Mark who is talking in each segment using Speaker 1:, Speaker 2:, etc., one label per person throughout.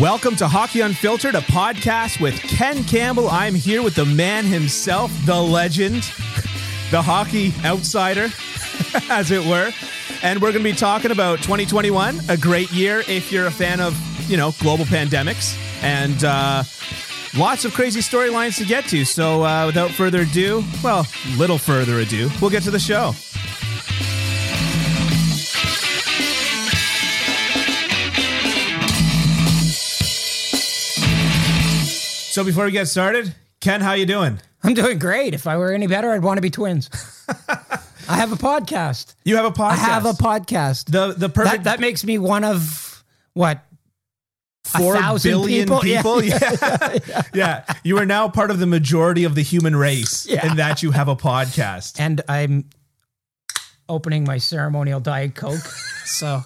Speaker 1: Welcome to Hockey Unfiltered, a podcast with Ken Campbell. I'm here with the man himself, the legend, the hockey outsider, as it were. And we're going to be talking about 2021, a great year if you're a fan of, you know, global pandemics and uh, lots of crazy storylines to get to. So uh, without further ado, well, little further ado, we'll get to the show. So before we get started, Ken, how you doing?
Speaker 2: I'm doing great. If I were any better, I'd want to be twins. I have a podcast.
Speaker 1: You have a podcast.
Speaker 2: I have a podcast.
Speaker 1: The the perfect
Speaker 2: that, that makes me one of what?
Speaker 1: four
Speaker 2: a thousand
Speaker 1: billion people.
Speaker 2: people? Yeah.
Speaker 1: Yeah. Yeah. You are now part of the majority of the human race
Speaker 2: Yeah.
Speaker 1: in that you have a podcast.
Speaker 2: And I'm opening my ceremonial Diet Coke. So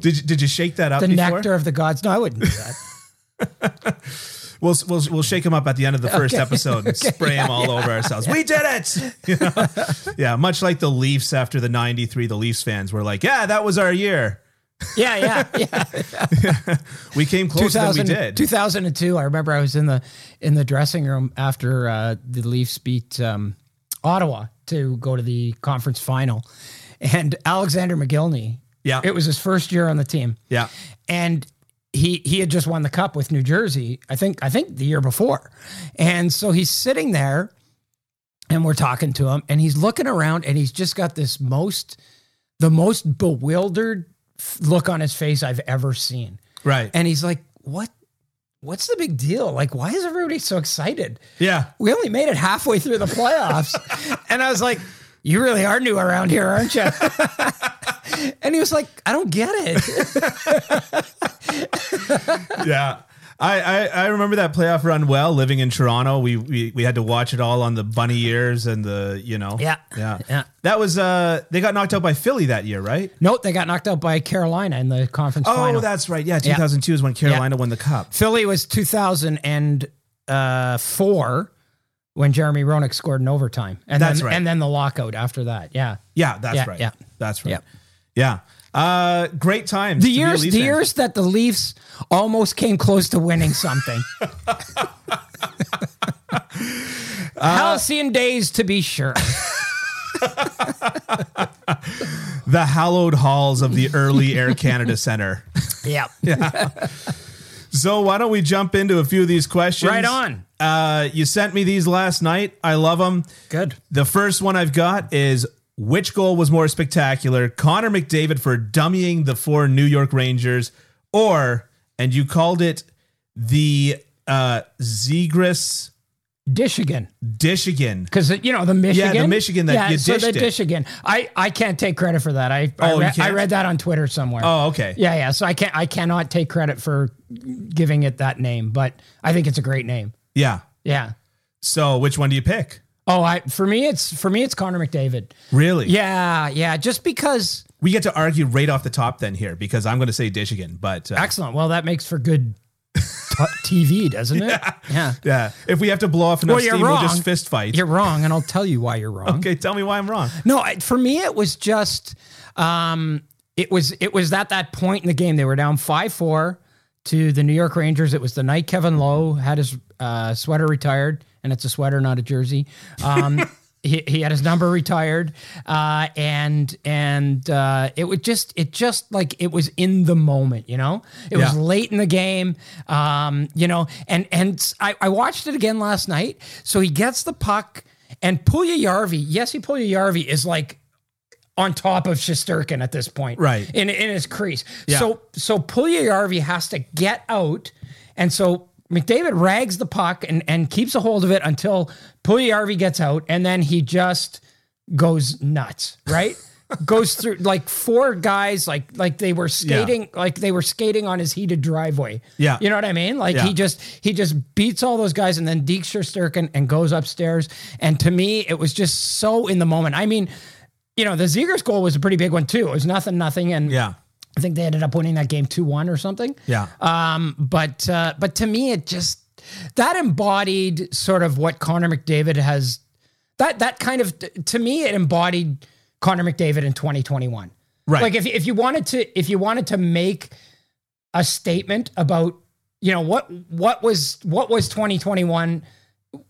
Speaker 1: Did you, did you shake that up
Speaker 2: the
Speaker 1: before?
Speaker 2: nectar of the gods. No, I wouldn't do that.
Speaker 1: We'll, we'll we'll shake him up at the end of the first
Speaker 2: Okay.
Speaker 1: episode and spray him all over ourselves. We did it. You know? yeah, much like the Leafs after the 93 the Leafs fans were like, "Yeah, that was our year.
Speaker 2: Yeah, yeah, yeah.
Speaker 1: We came closer than we
Speaker 2: 2000
Speaker 1: did."
Speaker 2: 2002. I remember I was in the in the dressing room after uh, the Leafs beat um, Ottawa to go to the conference final, and Alexander McGillney.
Speaker 1: Yeah.
Speaker 2: it was his first year on the team.
Speaker 1: Yeah.
Speaker 2: and he he had just won the cup with New Jersey. I think I think the year before, and so he's sitting there, and we're talking to him, and he's looking around, and he's just got this most the most bewildered f- look on his face I've ever seen,
Speaker 1: Right.
Speaker 2: and he's like, "What? What's the big deal? Like, why is everybody so excited?
Speaker 1: yeah.
Speaker 2: We only made it halfway through the playoffs," and I was like. You really are new around here, aren't you? and he was like, I don't get it.
Speaker 1: yeah. I, I, I remember that playoff run well. Living in Toronto, we, we we had to watch it all on the bunny ears and the you know
Speaker 2: Yeah.
Speaker 1: yeah
Speaker 2: Yeah.
Speaker 1: That was uh they got knocked out by Philly that year, right?
Speaker 2: Nope, they got knocked out by Carolina in the conference
Speaker 1: Oh,
Speaker 2: final.
Speaker 1: that's right. Yeah, 2002 is when Carolina won the cup.
Speaker 2: Philly was 2004 uh, when Jeremy Roenick scored in overtime. And
Speaker 1: That's
Speaker 2: then,
Speaker 1: right.
Speaker 2: And then the lockout after that. Yeah.
Speaker 1: Yeah, that's
Speaker 2: Yeah,
Speaker 1: right.
Speaker 2: yeah.
Speaker 1: that's right.
Speaker 2: Yeah.
Speaker 1: Yeah, uh, great time.
Speaker 2: The years, the years that the Leafs almost came close to winning something.
Speaker 1: Uh,
Speaker 2: Halcyon days, to be sure.
Speaker 1: the hallowed halls of the early Air Canada Center.
Speaker 2: yeah.
Speaker 1: So why don't we jump into a few of these questions?
Speaker 2: Right on.
Speaker 1: Uh, you sent me these last night. I love them.
Speaker 2: Good.
Speaker 1: The first one I've got is which goal was more spectacular, Connor McDavid for dummying the four New York Rangers, or and you called it the uh Zegris
Speaker 2: Dishigan.
Speaker 1: Dishigan.
Speaker 2: Because uh, you know the Michigan,
Speaker 1: Michigan that
Speaker 2: yeah,
Speaker 1: you
Speaker 2: so the
Speaker 1: dished
Speaker 2: Michigan. I I can't take credit for that. I I,
Speaker 1: Oh, you
Speaker 2: re- I
Speaker 1: can't?
Speaker 2: read that on Twitter somewhere.
Speaker 1: Oh, okay.
Speaker 2: Yeah, yeah. So I can't I cannot take credit for giving it that name, but I think it's a great name.
Speaker 1: Yeah.
Speaker 2: Yeah.
Speaker 1: So which one do you pick?
Speaker 2: Oh, I for me it's for me it's Connor McDavid.
Speaker 1: Really?
Speaker 2: Yeah, yeah. Just because
Speaker 1: We get to argue right off the top then here because I'm going to say Dishigan, but uh,
Speaker 2: excellent. Well, that makes for good t- TV, doesn't it? Yeah.
Speaker 1: yeah, if we have to blow off enough
Speaker 2: Well, you're
Speaker 1: steam, we'll
Speaker 2: wrong.
Speaker 1: just fist fight.
Speaker 2: You're wrong, and I'll tell you why you're wrong.
Speaker 1: okay, tell me why I'm wrong.
Speaker 2: No, I- for me it was just um it was it was at that point in the game they were down 5-4 to the New York Rangers. It was the night Kevin Lowe had his uh, sweater retired and it's a sweater not a jersey. Um He, he had his number retired, uh, and and uh, it would just it just like it was in the moment, you know. It was
Speaker 1: Yeah.
Speaker 2: late in the game, um, you know. And and I, I watched it again last night. So he gets the puck, and Pulya Yarvi, yes, Pulya Yarvi is like on top of Shisterkin at this point,
Speaker 1: Right.
Speaker 2: In in his crease.
Speaker 1: Yeah.
Speaker 2: So so Pulya Yarvi has to get out, and so McDavid rags the puck and and keeps a hold of it until Pulya Yarvi gets out, and then he just goes nuts, right? goes through like four guys like like they were skating like they were skating on his heated driveway
Speaker 1: Yeah.
Speaker 2: you know what i mean like
Speaker 1: Yeah.
Speaker 2: he just he just beats all those guys and then Deke Shusterkin and goes upstairs and to me it was just so in the moment i mean you know the zegers goal was a pretty big one too it was nothing nothing and
Speaker 1: Yeah,
Speaker 2: i think they ended up winning that game 2-1 or something
Speaker 1: yeah,
Speaker 2: um, but uh, but to me, it just that embodied sort of what Connor McDavid has. That that kind of to me, it embodied Connor McDavid in 2021.
Speaker 1: Right.
Speaker 2: Like if if you wanted to if you wanted to make a statement about you know what what was what was 2021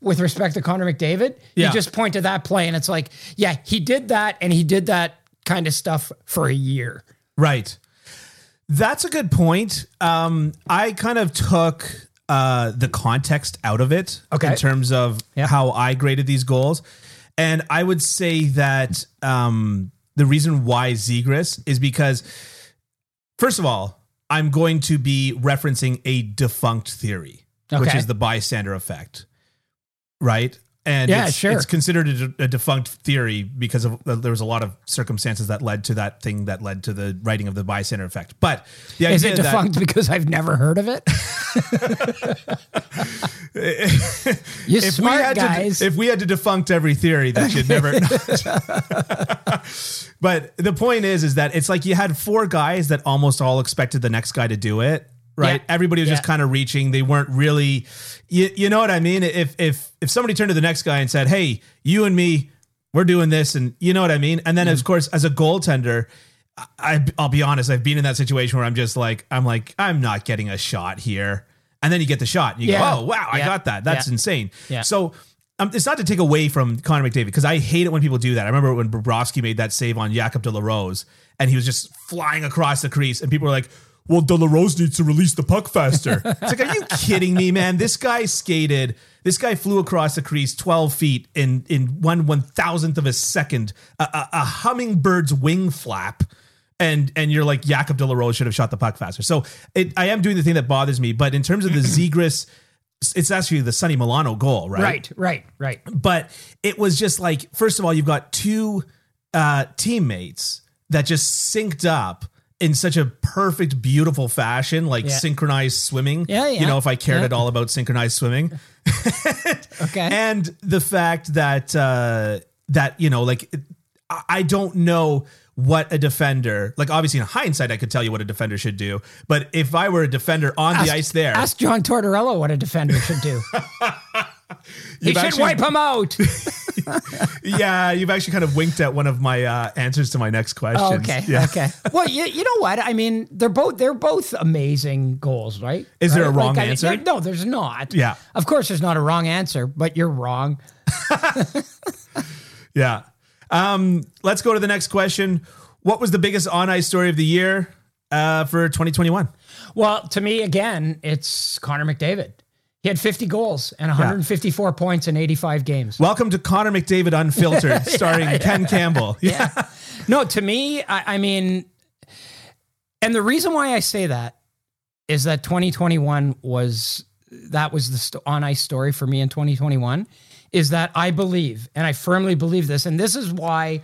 Speaker 2: with respect to Connor McDavid.
Speaker 1: Yeah.
Speaker 2: You just point to that play and it's like, yeah, he did that and he did that kind of stuff for a year.
Speaker 1: Right. That's a good point. Um, I kind of took uh, the context out of it
Speaker 2: Okay.
Speaker 1: in terms of
Speaker 2: Yeah.
Speaker 1: how I graded these goals. And I would say that um, the reason why Zegris is because, first of all, I'm going to be referencing a defunct theory, which
Speaker 2: Okay.
Speaker 1: is the bystander effect, right? And
Speaker 2: Yeah,
Speaker 1: it's,
Speaker 2: sure.
Speaker 1: it's considered a, de- a defunct theory because of uh, there was a lot of circumstances that led to that thing that led to the writing of the bystander effect. But the
Speaker 2: Is
Speaker 1: idea
Speaker 2: it defunct because I've never heard of it? you
Speaker 1: That if we
Speaker 2: smart
Speaker 1: had
Speaker 2: guys.
Speaker 1: to if we had to defunct every theory, that should never. but the point is, is that it's like you had four guys that almost all expected the next guy to do it. Right,
Speaker 2: Yeah.
Speaker 1: everybody was just
Speaker 2: Yeah.
Speaker 1: kind of reaching. They weren't really, you, you know what I mean. If if if somebody turned to the next guy and said, "Hey, you and me, we're doing this," and you know what I mean. And then,
Speaker 2: Mm.
Speaker 1: of course, as a goaltender, I, I'll be honest, I've been in that situation where I'm just like, I'm like, I'm not getting a shot here. And then you get the shot and you
Speaker 2: Yeah.
Speaker 1: go, oh, wow, I
Speaker 2: Yeah.
Speaker 1: got that. That's
Speaker 2: Yeah.
Speaker 1: insane.
Speaker 2: Yeah.
Speaker 1: So um, it's not to take away from Connor McDavid because I hate it when people do that. I remember when Bobrovsky made that save on Jakob De La Rose and he was just flying across the crease and people were like, well, De La Rose needs to release the puck faster. it's like, are you kidding me, man? This guy skated. This guy flew across the crease 12 feet in, in one one thousandth of a second, a, a, a hummingbird's wing flap and and you're like Jakob De La Rose should have shot the puck faster. So it, I am doing the thing that bothers me, but in terms of the Zegris, it's actually the Sonny Milano goal, right?
Speaker 2: right, right, right.
Speaker 1: But it was just like first of all, you've got two uh, teammates that just synced up in such a perfect, beautiful fashion, like
Speaker 2: Yeah.
Speaker 1: synchronized swimming.
Speaker 2: Yeah, yeah.
Speaker 1: You know, if I cared
Speaker 2: Yeah.
Speaker 1: at all about synchronized swimming
Speaker 2: Okay.
Speaker 1: and the fact that uh that you know like I- i don't know what a defender like obviously in hindsight i could tell you what a defender should do but if i were a defender on the ice there
Speaker 2: Ask John Tortorella what a defender should do. he
Speaker 1: You've
Speaker 2: should
Speaker 1: actually-
Speaker 2: wipe him out.
Speaker 1: yeah you've actually kind of winked at one of my uh answers to my next question
Speaker 2: Oh, okay.
Speaker 1: yeah.
Speaker 2: Okay. Well, you, you know what? I mean, they're both they're both amazing goals, right?
Speaker 1: Is there a
Speaker 2: Right?
Speaker 1: wrong
Speaker 2: I mean,
Speaker 1: answer?
Speaker 2: no, there's not.
Speaker 1: Yeah.
Speaker 2: Of course there's not a wrong answer, but you're wrong.
Speaker 1: yeah um let's go to the next question what was the biggest on ice story of the year uh for 2021
Speaker 2: Well, to me again, it's Connor McDavid. He had 50 goals and 154 points in 85 games.
Speaker 1: welcome to connor mcdavid unfiltered starring ken campbell yeah
Speaker 2: No, to me, I, I mean, and the reason why I say that is that 2021 was that was the st- on ice story for me in 2021 is that I believe and I firmly believe this, and this is why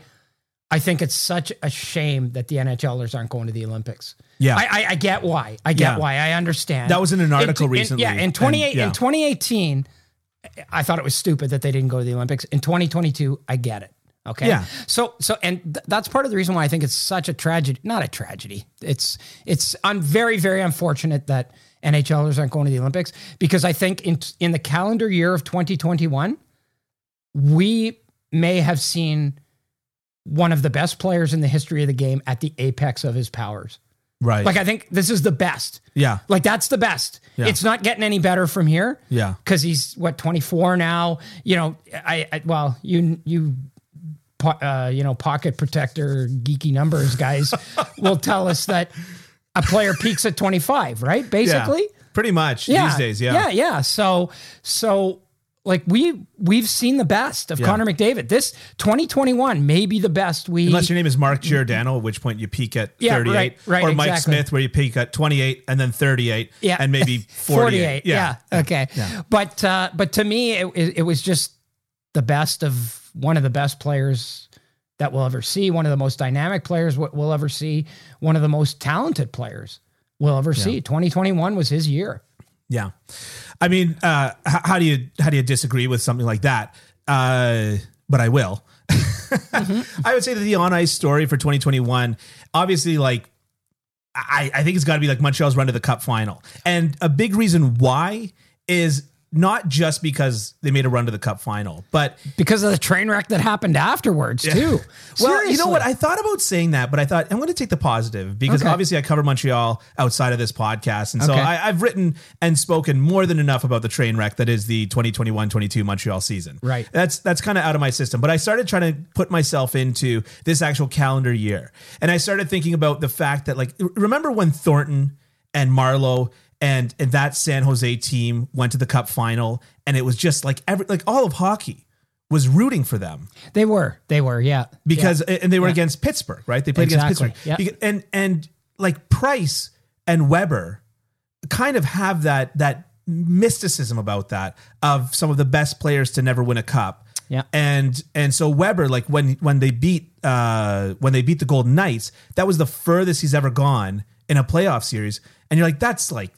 Speaker 2: I think it's such a shame that the NHLers aren't going to the Olympics.
Speaker 1: Yeah.
Speaker 2: I, I, I get why. I get
Speaker 1: Yeah.
Speaker 2: why. I understand.
Speaker 1: That was in an article recently,
Speaker 2: yeah, in
Speaker 1: and-
Speaker 2: 28
Speaker 1: yeah.
Speaker 2: in 2018. I thought it was stupid that they didn't go to the Olympics. In 2022, I get it. Okay.
Speaker 1: Yeah.
Speaker 2: So so and th- that's part of the reason why I think it's such a tragedy. Not a tragedy. It's it's un, very very unfortunate that NHLers aren't going to the Olympics because I think in in the calendar year of 2021, we may have seen one of the best players in the history of the game at the apex of his powers.
Speaker 1: right
Speaker 2: Like I think this is the best.
Speaker 1: yeah
Speaker 2: Like that's the best.
Speaker 1: Yeah.
Speaker 2: It's not getting any better from here.
Speaker 1: Yeah.
Speaker 2: Cuz he's what 24 now. You know, I, I well, you you po- uh, you know, pocket protector geeky numbers guys will tell us that a player peaks at 25, right?
Speaker 1: Yeah.
Speaker 2: Basically.
Speaker 1: pretty much these days
Speaker 2: Yeah, yeah. So so like we we've seen the best of Connor McDavid. This 2021 may be the best we
Speaker 1: Unless your name is Mark Giordano, at which point you peak at
Speaker 2: Yeah,
Speaker 1: 38,
Speaker 2: right, right,
Speaker 1: or Mike
Speaker 2: exactly.
Speaker 1: Smith, where you peak at 28 and then 38,
Speaker 2: Yeah.
Speaker 1: and maybe 48.
Speaker 2: 48. Yeah. Okay. But uh, but to me, it, it, it was just the best of one of the best players that we'll ever see, one of the most dynamic players we- we'll ever see, one of the most talented players we'll ever see. 2021 was his year.
Speaker 1: yeah. I mean, uh, h- how do you how do you disagree with something like that? Uh, but I will. I would say that the on ice story for 2021, obviously, like I, I think it's got to be like Montreal's run to the Cup final, and a big reason why is not just because they made a run to the cup final, but
Speaker 2: because of the train wreck that happened afterwards too.
Speaker 1: well, you know
Speaker 2: Seriously.
Speaker 1: what? I thought about saying that, but I thought I'm going to take the positive because
Speaker 2: Okay.
Speaker 1: obviously I cover Montreal outside of this podcast. And so
Speaker 2: Okay.
Speaker 1: I, I've written and spoken more than enough about the train wreck that is the 2021 22 Montreal season.
Speaker 2: Right.
Speaker 1: That's, that's kind of out of my system. But I started trying to put myself into this actual calendar year. And I started thinking about the fact that, like, remember when Thornton and Marlowe. And, and that San Jose team went to the cup final, and it was just like every like all of hockey was rooting for them
Speaker 2: they were, they were, yeah,
Speaker 1: because and they were against Pittsburgh, right? They played
Speaker 2: Exactly.
Speaker 1: against
Speaker 2: Yeah.
Speaker 1: Pittsburgh, Beca- and and like Price and Weber kind of have that that mysticism about that of some of the best players to never win a cup.
Speaker 2: Yeah.
Speaker 1: and and so Weber, like when when they beat uh when they beat the Golden Knights, that was the furthest he's ever gone in a playoff series, and you're like, that's like,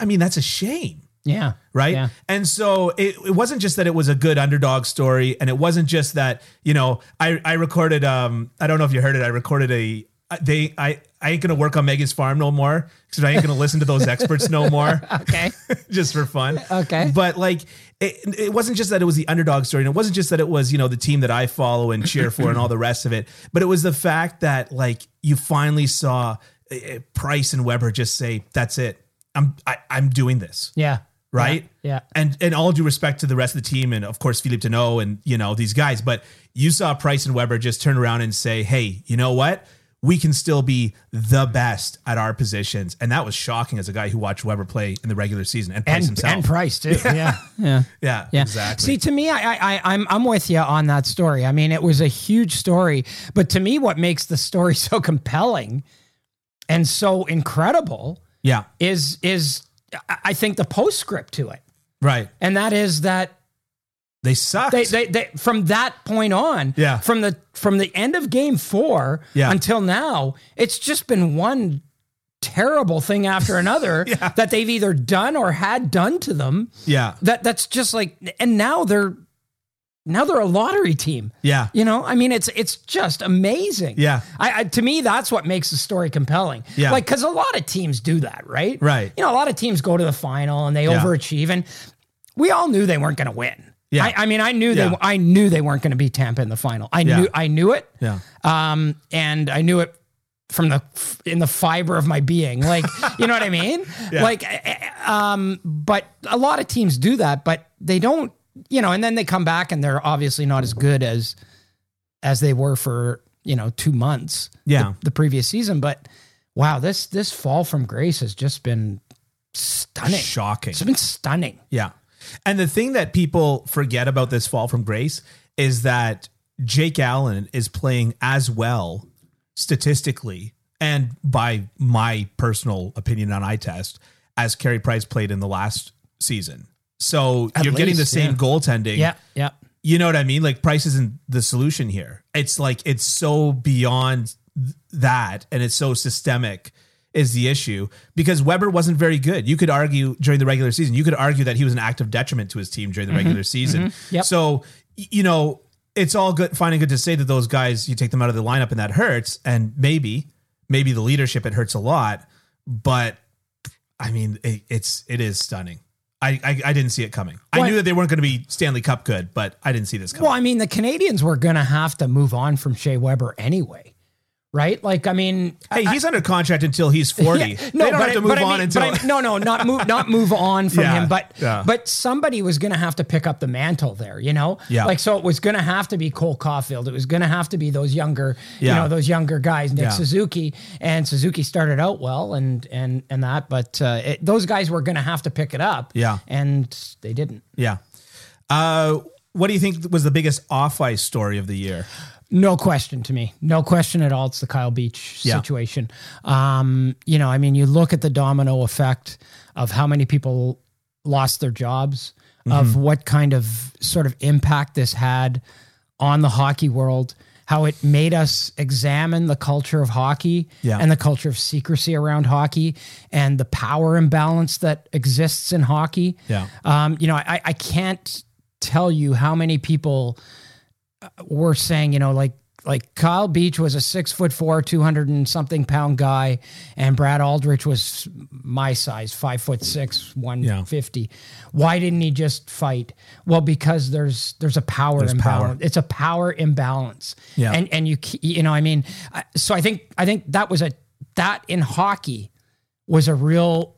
Speaker 1: I mean, that's a shame
Speaker 2: yeah,
Speaker 1: right?
Speaker 2: Yeah.
Speaker 1: And so it, it wasn't just that it was a good underdog story, and it wasn't just that you know I I recorded um I don't know if you heard it I recorded a they I I ain't gonna work on Megan's farm no more because I ain't gonna listen to those experts no more
Speaker 2: Okay,
Speaker 1: just for fun.
Speaker 2: Okay.
Speaker 1: But like, it, it wasn't just that it was the underdog story, and it wasn't just that it was you know the team that I follow and cheer for and all the rest of it, but it was the fact that like you finally saw eh, Price and Weber just say, "That's it, I'm I, I'm doing this."
Speaker 2: yeah,
Speaker 1: right?
Speaker 2: Yeah.
Speaker 1: And and all due respect to the rest of the team and of course Philippe Deneau and you know these guys, but you saw Price and Weber just turn around and say, "Hey, you know what? We can still be the best at our positions." And that was shocking as a guy who watched Weber play in the regular season and Price
Speaker 2: and
Speaker 1: himself.
Speaker 2: and Price too, yeah, yeah.
Speaker 1: yeah,
Speaker 2: Yeah.
Speaker 1: exactly.
Speaker 2: See, to me, I, I, I, I'm, I'm with you on that story. I mean, it was a huge story, but to me, what makes the story so compelling and so incredible
Speaker 1: yeah,
Speaker 2: is, is I- I think the postscript to it,
Speaker 1: right.
Speaker 2: and that is that
Speaker 1: They sucked.
Speaker 2: they, they, they from that point on,
Speaker 1: Yeah.
Speaker 2: from the, from the end of game four
Speaker 1: Yeah.
Speaker 2: until now, it's just been one terrible thing after another
Speaker 1: Yeah.
Speaker 2: that they've either done or had done to them
Speaker 1: yeah,
Speaker 2: that that's just like and now they're now they're a lottery team
Speaker 1: yeah,
Speaker 2: you know i mean it's it's just amazing
Speaker 1: Yeah.
Speaker 2: i, I to me that's what makes the story compelling
Speaker 1: Yeah.
Speaker 2: like because a lot of teams do that right
Speaker 1: Right.
Speaker 2: you know a lot of teams go to the final and they
Speaker 1: Yeah.
Speaker 2: overachieve and we all knew they weren't going to win
Speaker 1: Yeah.
Speaker 2: I, I mean i knew
Speaker 1: Yeah.
Speaker 2: they i knew they weren't going to be tampa in the final i
Speaker 1: Yeah.
Speaker 2: knew i knew it
Speaker 1: yeah,
Speaker 2: um, and I knew it from the in the fiber of my being. Like, you know what I mean?
Speaker 1: Yeah.
Speaker 2: Like, eh, eh, um, but a lot of teams do that, but they don't. You know, and then they come back and they're obviously not as good as as they were for you know two months
Speaker 1: yeah.
Speaker 2: the previous season. But wow, this this fall from grace has just been stunning.
Speaker 1: Shocking.
Speaker 2: It's been stunning.
Speaker 1: Yeah. And the thing that people forget about this fall from grace is that Jake Allen is playing as well statistically and by my personal opinion on eye test as Carey Price played in the last season. So
Speaker 2: At
Speaker 1: you're getting the
Speaker 2: least,
Speaker 1: same
Speaker 2: yeah.
Speaker 1: goaltending.
Speaker 2: Yeah, yeah,
Speaker 1: You know what I mean? Like price isn't the solution here. It's like it's so beyond th- that and it's so systemic is the issue because Weber wasn't very good. You could argue during the regular season, you could argue that he was an active detriment to his team during the regular season.
Speaker 2: Yep.
Speaker 1: So, y- you know, it's all good fine and good to say that those guys you take them out of the lineup and that hurts and maybe maybe the leadership it hurts a lot, but I mean, it, it's it is stunning. I, I I didn't see it coming. I
Speaker 2: What?
Speaker 1: knew that they weren't going to be Stanley Cup good, but I didn't see this coming.
Speaker 2: Well, I mean, the Canadians were going to have to move on from Shea Weber anyway, right? Like, I mean,
Speaker 1: hey, he's under contract until he's forty. they
Speaker 2: Yeah,
Speaker 1: don't
Speaker 2: but
Speaker 1: have to
Speaker 2: I-
Speaker 1: move
Speaker 2: but I
Speaker 1: on
Speaker 2: mean-
Speaker 1: until.
Speaker 2: but I- no, no, not move, not move on from
Speaker 1: Yeah,
Speaker 2: him. But
Speaker 1: yeah.
Speaker 2: but somebody was going to have to pick up the mantle there, you know.
Speaker 1: Yeah.
Speaker 2: Like so, it was going to have to be Cole Caulfield. It was going to have to be those younger,
Speaker 1: Yeah.
Speaker 2: you know, those younger guys, Nick
Speaker 1: Yeah.
Speaker 2: Suzuki, and Suzuki started out well, and and and that. But uh, it, those guys were going to have to pick it up.
Speaker 1: Yeah.
Speaker 2: and they didn't.
Speaker 1: yeah. Uh, what do you think was the biggest off ice story of the year?
Speaker 2: No question to me. No question at all. It's the Kyle Beach
Speaker 1: Yeah.
Speaker 2: situation. Um, you know, I mean, you look at the domino effect of how many people lost their jobs, of
Speaker 1: Mm-hmm.
Speaker 2: what kind of sort of impact this had on the hockey world, how it made us examine the culture of hockey
Speaker 1: Yeah.
Speaker 2: and the culture of secrecy around hockey and the power imbalance that exists in hockey.
Speaker 1: Yeah.
Speaker 2: Um, you know, I, I can't tell you how many people were saying, you know, like Like Kyle Beach was a six foot four, two hundred and something pound guy, and Brad Aldrich was my size, five foot six, one fifty. Why didn't he just fight? Well, because there's there's a power
Speaker 1: power.
Speaker 2: imbalance. It's a power imbalance.
Speaker 1: Yeah.
Speaker 2: and and you ke- you know I mean, I- so I think I think that was a that in hockey was a real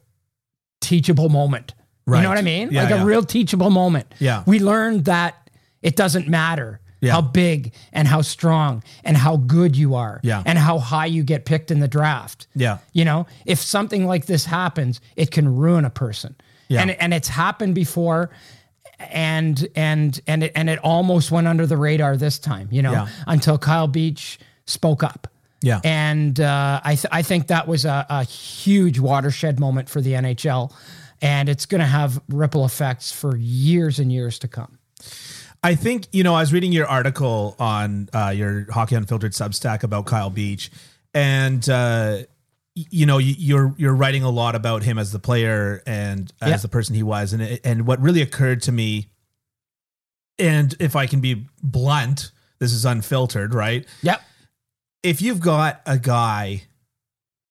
Speaker 2: teachable moment. You
Speaker 1: Right.
Speaker 2: know what I mean?
Speaker 1: Yeah,
Speaker 2: like
Speaker 1: yeah.
Speaker 2: a real teachable moment.
Speaker 1: Yeah.
Speaker 2: We learned that it doesn't matter
Speaker 1: Yeah.
Speaker 2: how big and how strong and how good you are
Speaker 1: Yeah.
Speaker 2: and how high you get picked in the draft.
Speaker 1: Yeah.
Speaker 2: You know, if something like this happens, it can ruin a person.
Speaker 1: Yeah.
Speaker 2: And and it's happened before and and and it, and it almost went under the radar this time, you know,
Speaker 1: Yeah.
Speaker 2: until Kyle Beach spoke up.
Speaker 1: Yeah.
Speaker 2: And uh, I, th- I think that was a, a huge watershed moment for the NHL. And it's going to have ripple effects for years and years to come.
Speaker 1: I think you know. I was reading your article on uh, your Hockey Unfiltered Substack about Kyle Beach, and uh, y- you know y- you're you're writing a lot about him as the player and as
Speaker 2: Yeah.
Speaker 1: the person he was, and it- and what really occurred to me, and if I can be blunt, this is unfiltered, right?
Speaker 2: Yep.
Speaker 1: if you've got a guy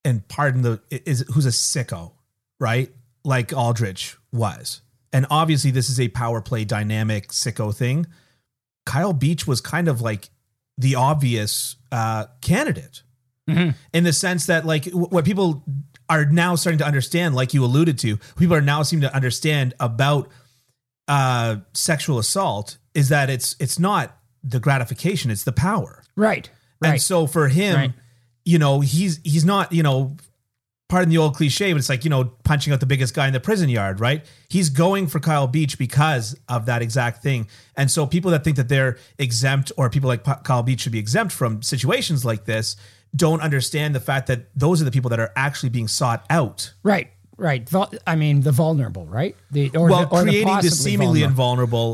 Speaker 1: and pardon the is who's a sicko right like aldrich was and obviously this is a power play dynamic sicko thing kyle beach was kind of like the obvious uh, candidate in the sense that like w- what people are now starting to understand like you alluded to people are now seeming to understand about uh, sexual assault is that it's it's not the gratification it's the power
Speaker 2: Right. Right.
Speaker 1: and so for him,
Speaker 2: Right.
Speaker 1: you know, he's he's not, you know, pardon the old cliche, but it's like, you know, punching out the biggest guy in the prison yard, right? He's going for Kyle Beach because of that exact thing. And so people that think that they're exempt or people like Pa- Kyle Beach should be exempt from situations like this don't understand the fact that those are the people that are actually being sought out.
Speaker 2: right. Right. Vul- I mean, the vulnerable, right? The, or
Speaker 1: Well,
Speaker 2: the, or
Speaker 1: creating the,
Speaker 2: possibly
Speaker 1: seemingly
Speaker 2: vulnerable.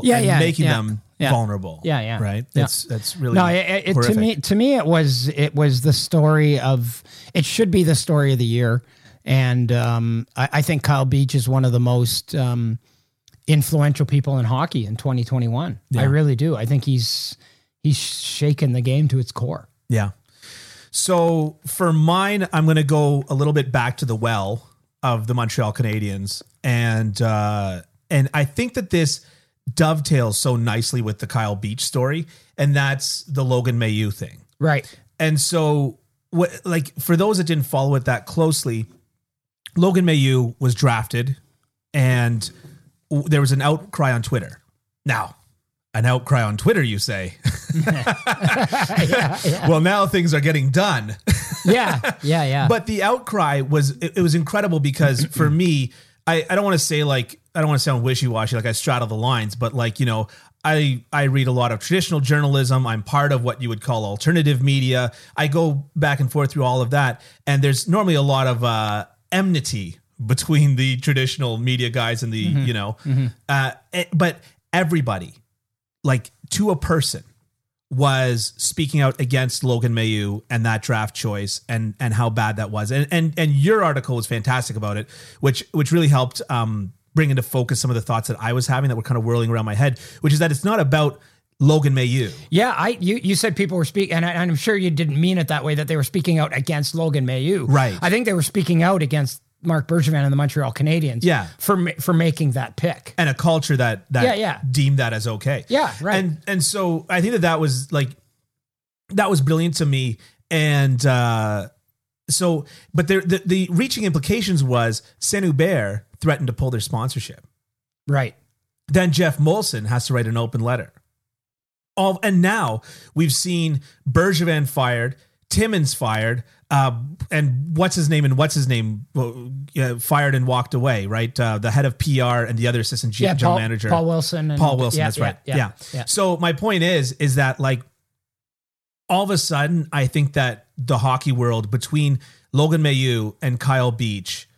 Speaker 1: invulnerable
Speaker 2: Yeah,
Speaker 1: and
Speaker 2: yeah,
Speaker 1: making
Speaker 2: yeah,
Speaker 1: them
Speaker 2: yeah.
Speaker 1: vulnerable.
Speaker 2: Yeah, yeah,
Speaker 1: Right.
Speaker 2: yeah.
Speaker 1: That's that's really
Speaker 2: No, it, it, to
Speaker 1: horrific.
Speaker 2: me, to me, it was it was the story of it should be the story of the year, and um, I, I think Kyle Beach is one of the most um, influential people in hockey in 2021. I really do. I think he's he's shaken the game to its core.
Speaker 1: Yeah. So for mine, I'm going to go a little bit back to the well of the Montreal Canadiens, and uh, and I think that this dovetails so nicely with the Kyle Beach story, and that's the Logan Mayu thing.
Speaker 2: Right.
Speaker 1: And so, what like for those that didn't follow it that closely, Logan Mayu was drafted, and w- there was an outcry on Twitter. Now, an outcry on Twitter, you say? Well, now things are getting done.
Speaker 2: Yeah. Yeah. Yeah.
Speaker 1: but the outcry was it, it was incredible because for me i, I don't want to say like i don't want to sound wishy-washy like i straddle the lines but like you know I, I read a lot of traditional journalism. I'm part of what you would call alternative media. I go back and forth through all of that. And there's normally a lot of uh, enmity between the traditional media guys and the, you know, uh, eh, but everybody, like to a person, was speaking out against Logan Mayu and that draft choice and and how bad that was. And and and your article was fantastic about it, which which really helped um bring into focus some of the thoughts that I was having that were kind of whirling around my head, which is that it's not about Logan Mayu.
Speaker 2: yeah. I you you said people were speaking, and, I, and I'm sure you didn't mean it that way. That they were speaking out against Logan Mayu.
Speaker 1: Right.
Speaker 2: I think they were speaking out against Mark Bergevin and the Montreal Canadiens.
Speaker 1: Yeah.
Speaker 2: For ma- for making that pick.
Speaker 1: and a culture that that
Speaker 2: Yeah, yeah.
Speaker 1: deemed that as okay.
Speaker 2: Yeah, right.
Speaker 1: And and so I think that that was like that was brilliant to me. And uh so, but there, the the reaching implications was Saint Hubert threatened to pull their sponsorship.
Speaker 2: Right.
Speaker 1: Then Jeff Molson has to write an open letter. All and now we've seen Bergevin fired, Timmins fired, uh, and what's his name and what's his name well, yeah, fired and walked away. Right, uh, the head of PR and the other assistant G- general
Speaker 2: Paul,
Speaker 1: manager,
Speaker 2: Paul Wilson. And,
Speaker 1: Paul Wilson.
Speaker 2: Mm-hmm. yeah,
Speaker 1: that's right. Yeah,
Speaker 2: yeah.
Speaker 1: So my point is, is that like all of a sudden, I think that the hockey world between Logan Mayu and Kyle Beach,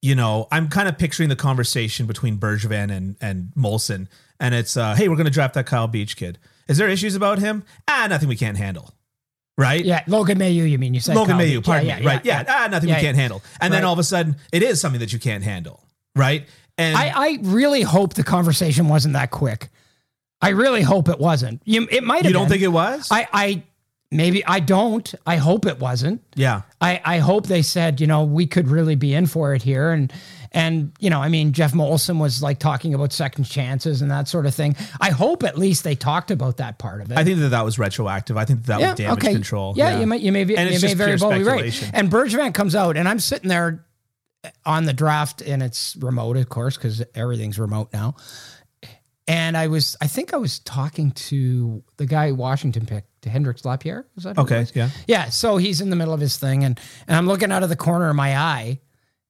Speaker 1: you know, I'm kind of picturing the conversation between Bergevin and and Molson, and it's uh, hey, we're going to draft that Kyle Beach kid. Is there issues about him? Ah, nothing we can't handle. Right.
Speaker 2: Yeah, Logan Mayu, you mean? You said
Speaker 1: Logan
Speaker 2: Kyle
Speaker 1: Mayu,
Speaker 2: Beach.
Speaker 1: pardon
Speaker 2: yeah,
Speaker 1: me. right. Yeah. Ah, nothing
Speaker 2: Yeah,
Speaker 1: we can't handle. And then
Speaker 2: Right.
Speaker 1: all of a sudden, it is something that you can't handle. Right. And
Speaker 2: I, I really hope the conversation wasn't that quick. I really hope it wasn't. You, it might have
Speaker 1: you don't
Speaker 2: been.
Speaker 1: think it was?
Speaker 2: I, I, maybe I don't. I hope it wasn't.
Speaker 1: Yeah.
Speaker 2: I, I hope they said, you know, we could really be in for it here. And, and, you know, I mean, Jeff Molson was like talking about second chances and that sort of thing. I hope at least they talked about that part of it.
Speaker 1: I think that that was retroactive. I think that, that was damage control.
Speaker 2: Yeah, you might, you may be,
Speaker 1: And
Speaker 2: you
Speaker 1: it's
Speaker 2: may
Speaker 1: just
Speaker 2: very
Speaker 1: pure
Speaker 2: well be right.
Speaker 1: speculation.
Speaker 2: And Bergevin comes out, and I'm sitting there on the draft, and it's remote, of course, because everything's remote now. And I was, I think I was talking to the guy Washington picked, to Hendricks Lapierre. Was that who it
Speaker 1: Okay.
Speaker 2: was?
Speaker 1: Yeah.
Speaker 2: Yeah, so he's in the middle of his thing, and and I'm looking out of the corner of my eye,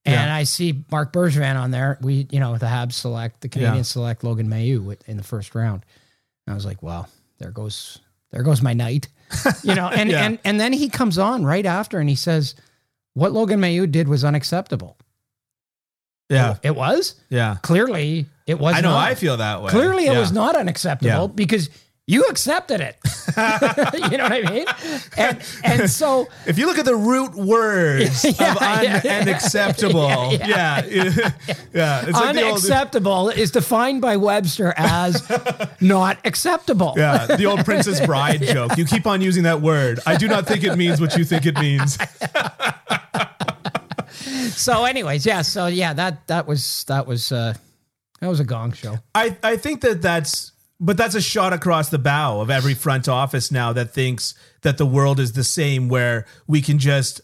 Speaker 2: and
Speaker 1: Yeah.
Speaker 2: I see Mark Bergevin on there. We, you know, the Habs select, the Canadians
Speaker 1: Yeah.
Speaker 2: select Logan Mayu with- in the first round. And I was like, well, there goes there goes my night, you know. And
Speaker 1: Yeah.
Speaker 2: and and then he comes on right after, and he says, "What Logan Mayu did was unacceptable." Oh,
Speaker 1: Yeah.
Speaker 2: it was
Speaker 1: Yeah.
Speaker 2: clearly it was.
Speaker 1: I know.
Speaker 2: not.
Speaker 1: I feel that way.
Speaker 2: Clearly, it
Speaker 1: Yeah.
Speaker 2: was not unacceptable
Speaker 1: Yeah.
Speaker 2: because you accepted it. you know what I mean? And and so
Speaker 1: If you look at the root words of un-
Speaker 2: yeah, yeah.
Speaker 1: and acceptable, yeah, yeah, it's like the old,
Speaker 2: unacceptable is defined by Webster as not acceptable.
Speaker 1: yeah, the old Princess Bride joke. You keep on using that word. I do not think it means what you think it means.
Speaker 2: So, anyways, yeah. So, yeah, that that was that was uh, that was a gong show.
Speaker 1: I, I think that that's but that's a shot across the bow of every front office now that thinks that the world is the same where we can just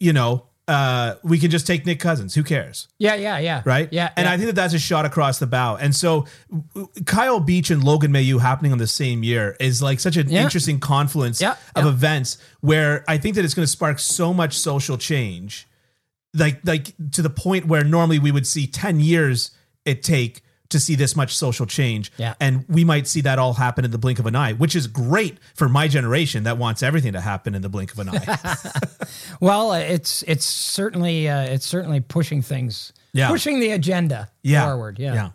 Speaker 1: you know uh we can just take Nick Cousins who cares
Speaker 2: Yeah, yeah, yeah.
Speaker 1: right
Speaker 2: Yeah.
Speaker 1: and
Speaker 2: yeah.
Speaker 1: I think that that's a shot across the bow and so w- Kyle Beach and Logan Mayu happening on the same year is like such an
Speaker 2: Yeah.
Speaker 1: interesting confluence
Speaker 2: Yeah,
Speaker 1: of
Speaker 2: yeah.
Speaker 1: events where I think that it's going to spark so much social change like like to the point where normally we would see 10 years it take to see this much social change
Speaker 2: Yeah.
Speaker 1: and we might see that all happen in the blink of an eye which is great for my generation that wants everything to happen in the blink of an eye
Speaker 2: well, uh, it's it's certainly uh, it's certainly pushing things,
Speaker 1: Yeah.
Speaker 2: pushing the agenda
Speaker 1: yeah
Speaker 2: forward.
Speaker 1: yeah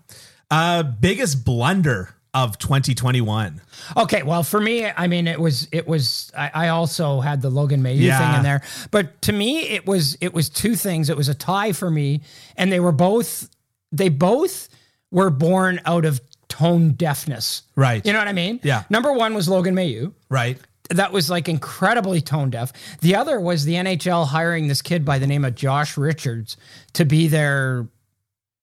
Speaker 1: uh biggest blunder of 2021
Speaker 2: Okay, well, for me, I mean, it was it was. I, I also had the Logan Mayu
Speaker 1: Yeah.
Speaker 2: thing in there, but to me, it was it was two things. It was a tie for me, and they were both they both were born out of tone deafness.
Speaker 1: Right.
Speaker 2: You know what I mean?
Speaker 1: Yeah.
Speaker 2: Number one was Logan Mayu.
Speaker 1: right
Speaker 2: That was like incredibly tone deaf. The other was the NHL hiring this kid by the name of Josh Richards to be their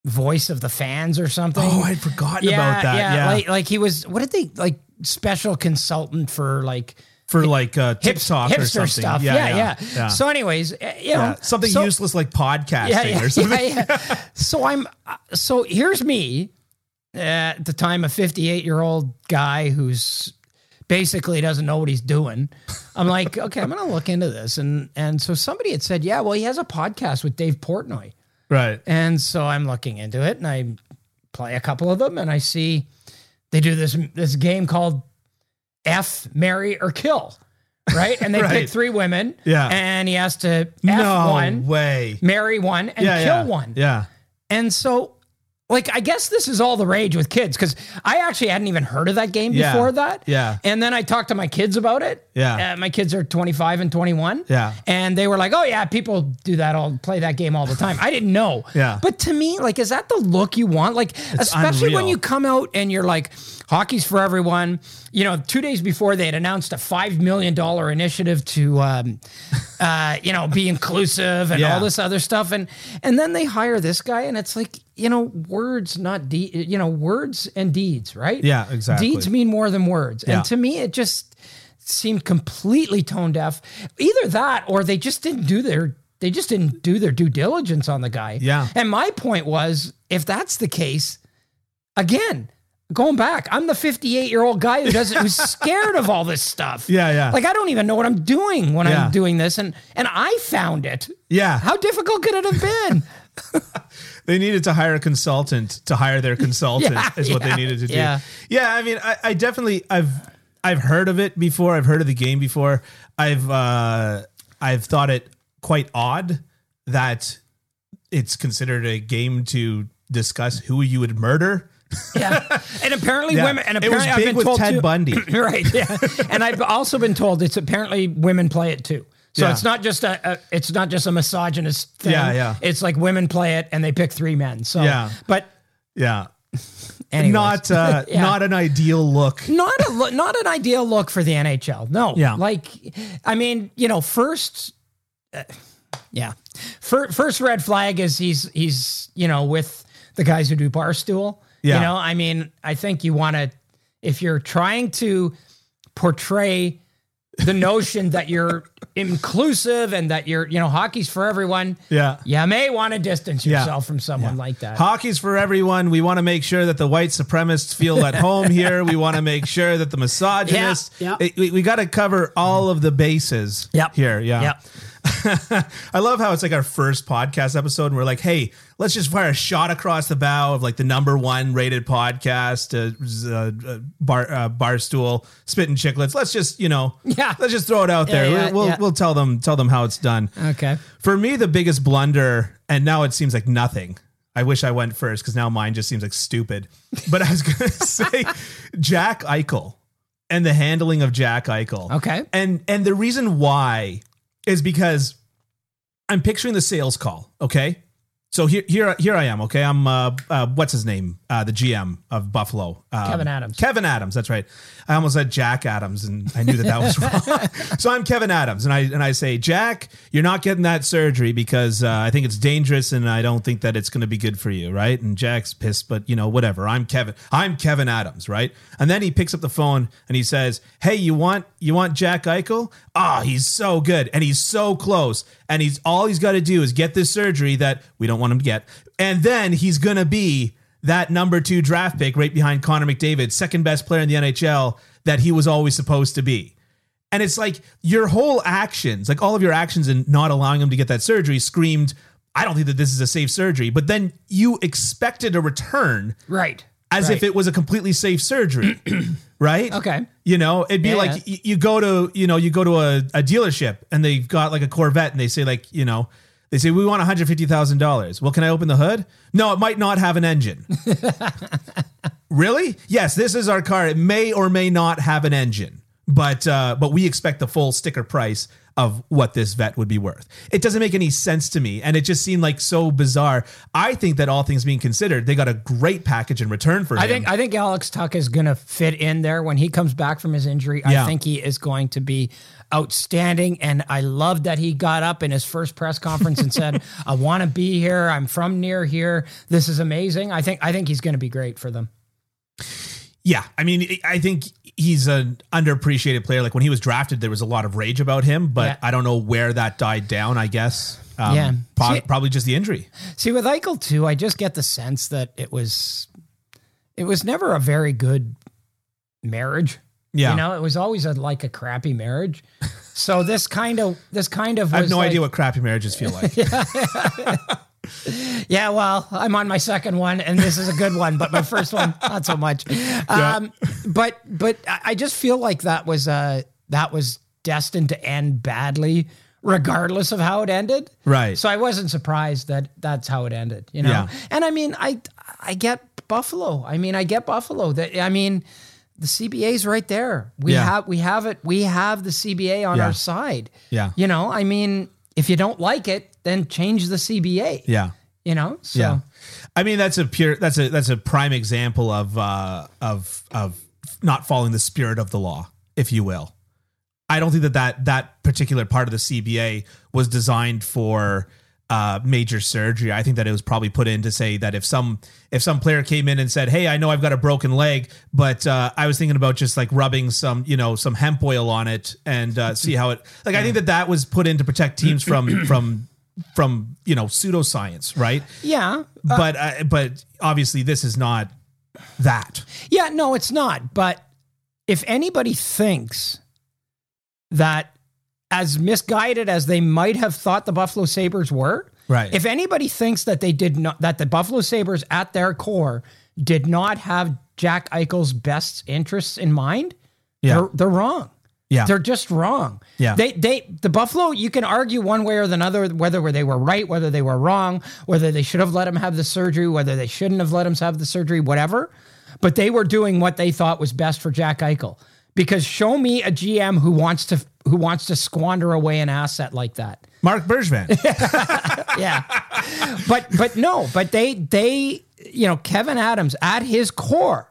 Speaker 2: voice of the fans or something
Speaker 1: oh i'd forgotten about that yeah,
Speaker 2: like like he was. What did they like? Special consultant for like
Speaker 1: for like uh
Speaker 2: hip,
Speaker 1: tiktok
Speaker 2: hipster
Speaker 1: or something
Speaker 2: stuff. Yeah yeah,
Speaker 1: yeah.
Speaker 2: So, anyways, uh, you know,
Speaker 1: Yeah. something
Speaker 2: so,
Speaker 1: useless like podcasting
Speaker 2: Yeah, yeah,
Speaker 1: or something
Speaker 2: yeah, yeah. so I'm. uh, So here's me at the time, a 58 year old guy who's basically doesn't know what he's doing. I'm like, okay, I'm gonna look into this, and and so somebody had said, yeah, well, he has a podcast with Dave Portnoy.
Speaker 1: right
Speaker 2: And so I'm looking into it and I play a couple of them and I see they do this this game called F Marry or Kill. Right? And they
Speaker 1: Right.
Speaker 2: pick three women.
Speaker 1: Yeah.
Speaker 2: And he has to F
Speaker 1: no
Speaker 2: one,
Speaker 1: way
Speaker 2: marry one, and
Speaker 1: yeah
Speaker 2: kill
Speaker 1: yeah.
Speaker 2: one.
Speaker 1: yeah
Speaker 2: And so like I guess this is all the rage with kids because I actually hadn't even heard of that game
Speaker 1: Yeah.
Speaker 2: before that.
Speaker 1: Yeah.
Speaker 2: And then I talked to my kids about it.
Speaker 1: Yeah.
Speaker 2: Uh, my kids are 25 and 21.
Speaker 1: Yeah.
Speaker 2: And they were like, "Oh yeah, people do that all play that game all the time." I didn't know.
Speaker 1: Yeah.
Speaker 2: But to me, like, is that the look you want? Like, especially when
Speaker 1: unreal.
Speaker 2: you come out and you're like, "Hockey's for everyone." You know, two days before they had announced a five million dollar initiative to, um, uh, you know, be inclusive and
Speaker 1: Yeah.
Speaker 2: all this other stuff, and and then they hire this guy, and it's like, you know, words not de- you know, words and deeds, right?
Speaker 1: Yeah, exactly.
Speaker 2: Deeds mean more than words.
Speaker 1: Yeah.
Speaker 2: And to me, it just seemed completely tone deaf. Either that or they just didn't do their they just didn't do their due diligence on the guy.
Speaker 1: Yeah.
Speaker 2: And my point was, if that's the case, again, going back, I'm the 58 year old guy who doesn't who's scared of all this stuff.
Speaker 1: Yeah, yeah.
Speaker 2: Like I don't even know what I'm doing when
Speaker 1: Yeah.
Speaker 2: I'm doing this. And and I found it.
Speaker 1: yeah
Speaker 2: How difficult could it have been?
Speaker 1: They needed to hire a consultant to hire their consultant
Speaker 2: Yeah,
Speaker 1: is what
Speaker 2: yeah,
Speaker 1: they needed to do.
Speaker 2: yeah.
Speaker 1: Yeah, I mean, I, I definitely I've I've heard of it before. I've heard of the game before. I've uh, I've thought it quite odd that it's considered a game to discuss who you would murder.
Speaker 2: yeah. And apparently
Speaker 1: Yeah.
Speaker 2: women and
Speaker 1: it was
Speaker 2: apparently
Speaker 1: big
Speaker 2: I've been
Speaker 1: with
Speaker 2: told
Speaker 1: Ted
Speaker 2: too-
Speaker 1: Bundy.
Speaker 2: right. Yeah. and I've also been told it's apparently women play it too. So
Speaker 1: Yeah.
Speaker 2: it's not just a, a it's not just a misogynist thing.
Speaker 1: Yeah, yeah.
Speaker 2: It's like women play it and they pick three men. So
Speaker 1: Yeah.
Speaker 2: but
Speaker 1: Yeah.
Speaker 2: Anyways.
Speaker 1: Not uh,
Speaker 2: Yeah.
Speaker 1: not an ideal look.
Speaker 2: not a lo- not an ideal look for the NHL. No,
Speaker 1: Yeah.
Speaker 2: Like, I mean, you know, first, uh, yeah, Fir- first red flag is he's he's you know with the guys who do barstool.
Speaker 1: Yeah.
Speaker 2: You know, I mean, I think you want to if you're trying to portray the notion that you're inclusive and that you're you know hockey's for everyone.
Speaker 1: Yeah.
Speaker 2: You may want to distance
Speaker 1: Yeah.
Speaker 2: yourself from someone like that.
Speaker 1: Hockey's for everyone. We want to make sure that the white supremacists feel at home here. We want to make sure that the misogynists.
Speaker 2: Yeah,
Speaker 1: It- we got to cover all of the bases
Speaker 2: Yep.
Speaker 1: here. Yeah.
Speaker 2: Yep.
Speaker 1: I love how it's like our first podcast episode, and we're like, "Hey, let's just fire a shot across the bow of like the number one rated podcast, uh, uh, bar uh, barstool spit and chicklets. Let's just you know,
Speaker 2: Yeah.
Speaker 1: let's just throw it out there.
Speaker 2: yeah,
Speaker 1: we'll we'll,
Speaker 2: yeah. Uh,
Speaker 1: we'll tell them tell them how it's done.
Speaker 2: Okay.
Speaker 1: For me, the biggest blunder, and now it seems like nothing. I wish I went first because now mine just seems like stupid. But I was going to say Jack Eichel and the handling of Jack Eichel.
Speaker 2: Okay.
Speaker 1: And and the reason why is because I'm picturing the sales call. Okay. So here here here I am. Okay. I'm uh, uh what's his name? Uh, the GM of Buffalo. Um,
Speaker 2: Kevin Adams.
Speaker 1: Kevin Adams. That's right. I almost said Jack Adams, and I knew that that was wrong. so I'm Kevin Adams, and I and I say, Jack, you're not getting that surgery because uh, I think it's dangerous, and I don't think that it's going to be good for you, right? And Jack's pissed, but you know, whatever. I'm Kevin. I'm Kevin Adams, right? And then he picks up the phone and he says, Hey, you want you want Jack Eichel? Ah, he's so good, and he's so close, and he's all he's got to do is get this surgery that we don't want him to get, and then he's gonna be that number two draft pick right behind Connor McDavid, second best player in the NHL that he was always supposed to be. And it's like your whole actions, like all of your actions in not allowing him to get that surgery screamed, I don't think that this is a safe surgery. But then you expected a return
Speaker 2: Right.
Speaker 1: as
Speaker 2: Right.
Speaker 1: if it was a completely safe surgery, right?
Speaker 2: Okay.
Speaker 1: You know, it'd be
Speaker 2: Yeah,
Speaker 1: like y- you go to, you know, you go to a, a dealership and they've got like a Corvette and they say like, you know, they say we want $150,000. Well, can I open the hood? No, it might not have an engine. really? Yes, this is our car. It may or may not have an engine, but uh, but we expect the full sticker price of what this vet would be worth. It doesn't make any sense to me, and it just seemed like so bizarre. I think that all things being considered, they got a great package in return for
Speaker 2: I
Speaker 1: him.
Speaker 2: think I think Alex Tuck is going to fit in there when he comes back from his injury.
Speaker 1: Yeah.
Speaker 2: I think he is going to be outstanding, and I love that he got up in his first press conference and said, "I want to be here. I'm from near here. This is amazing." I think I think he's going to be great for them.
Speaker 1: Yeah, I mean, I think he's an underappreciated player. Like when he was drafted, there was a lot of rage about him, but
Speaker 2: Yeah.
Speaker 1: I don't know where that died down. I guess, um,
Speaker 2: Yeah.
Speaker 1: pro-
Speaker 2: See-
Speaker 1: probably just the injury.
Speaker 2: See, with Eichel too, I just get the sense that it was it was never a very good marriage.
Speaker 1: Yeah,
Speaker 2: You know, it was always a, like a crappy marriage. So this kind of this kind of
Speaker 1: I have
Speaker 2: was
Speaker 1: no
Speaker 2: like-
Speaker 1: idea what crappy marriages feel like.
Speaker 2: Yeah, well, I'm on my second one, and this is a good one, but my first one, not so much. Um, But but I I just feel like that was uh, that was destined to end badly, regardless of how it ended.
Speaker 1: Right.
Speaker 2: So I wasn't surprised that that's how it ended. You know.
Speaker 1: Yeah.
Speaker 2: And I mean, I I get Buffalo. I mean, I get Buffalo. That I mean, the CBA's right there. We
Speaker 1: Yeah.
Speaker 2: have we have it. We have the CBA on
Speaker 1: Yeah.
Speaker 2: our side.
Speaker 1: Yeah.
Speaker 2: You know, I mean, if you don't like it, then change the CBA
Speaker 1: yeah,
Speaker 2: you know so
Speaker 1: yeah. I mean, that's a pure. That's a that's a prime example of uh, of of not following the spirit of the law, if you will. I don't think that that, that particular part of the CBA was designed for uh, major surgery. I think that it was probably put in to say that if some if some player came in and said, "Hey, I know I've got a broken leg, but uh, I was thinking about just like rubbing some you know some hemp oil on it and uh, see how it." Like I think that that was put in to protect teams from from from you know pseudoscience, right?
Speaker 2: yeah
Speaker 1: But uh, but obviously this is not that.
Speaker 2: yeah no it's not but if anybody thinks that as misguided as they might have thought the buffalo sabres were
Speaker 1: Right.
Speaker 2: if anybody thinks that they did not that the buffalo sabres at their core did not have jack eichel's best interests in mind
Speaker 1: Yeah.
Speaker 2: they're, they're wrong
Speaker 1: Yeah.
Speaker 2: They're just wrong.
Speaker 1: Yeah.
Speaker 2: They they the Buffalo, you can argue one way or the other whether they were right, whether they were wrong, whether they should have let him have the surgery, whether they shouldn't have let him have the surgery, whatever. But they were doing what they thought was best for Jack Eichel. Because show me a GM who wants to who wants to squander away an asset like that.
Speaker 1: Mark Bergman.
Speaker 2: Yeah. but but no, but they they you know, Kevin Adams at his core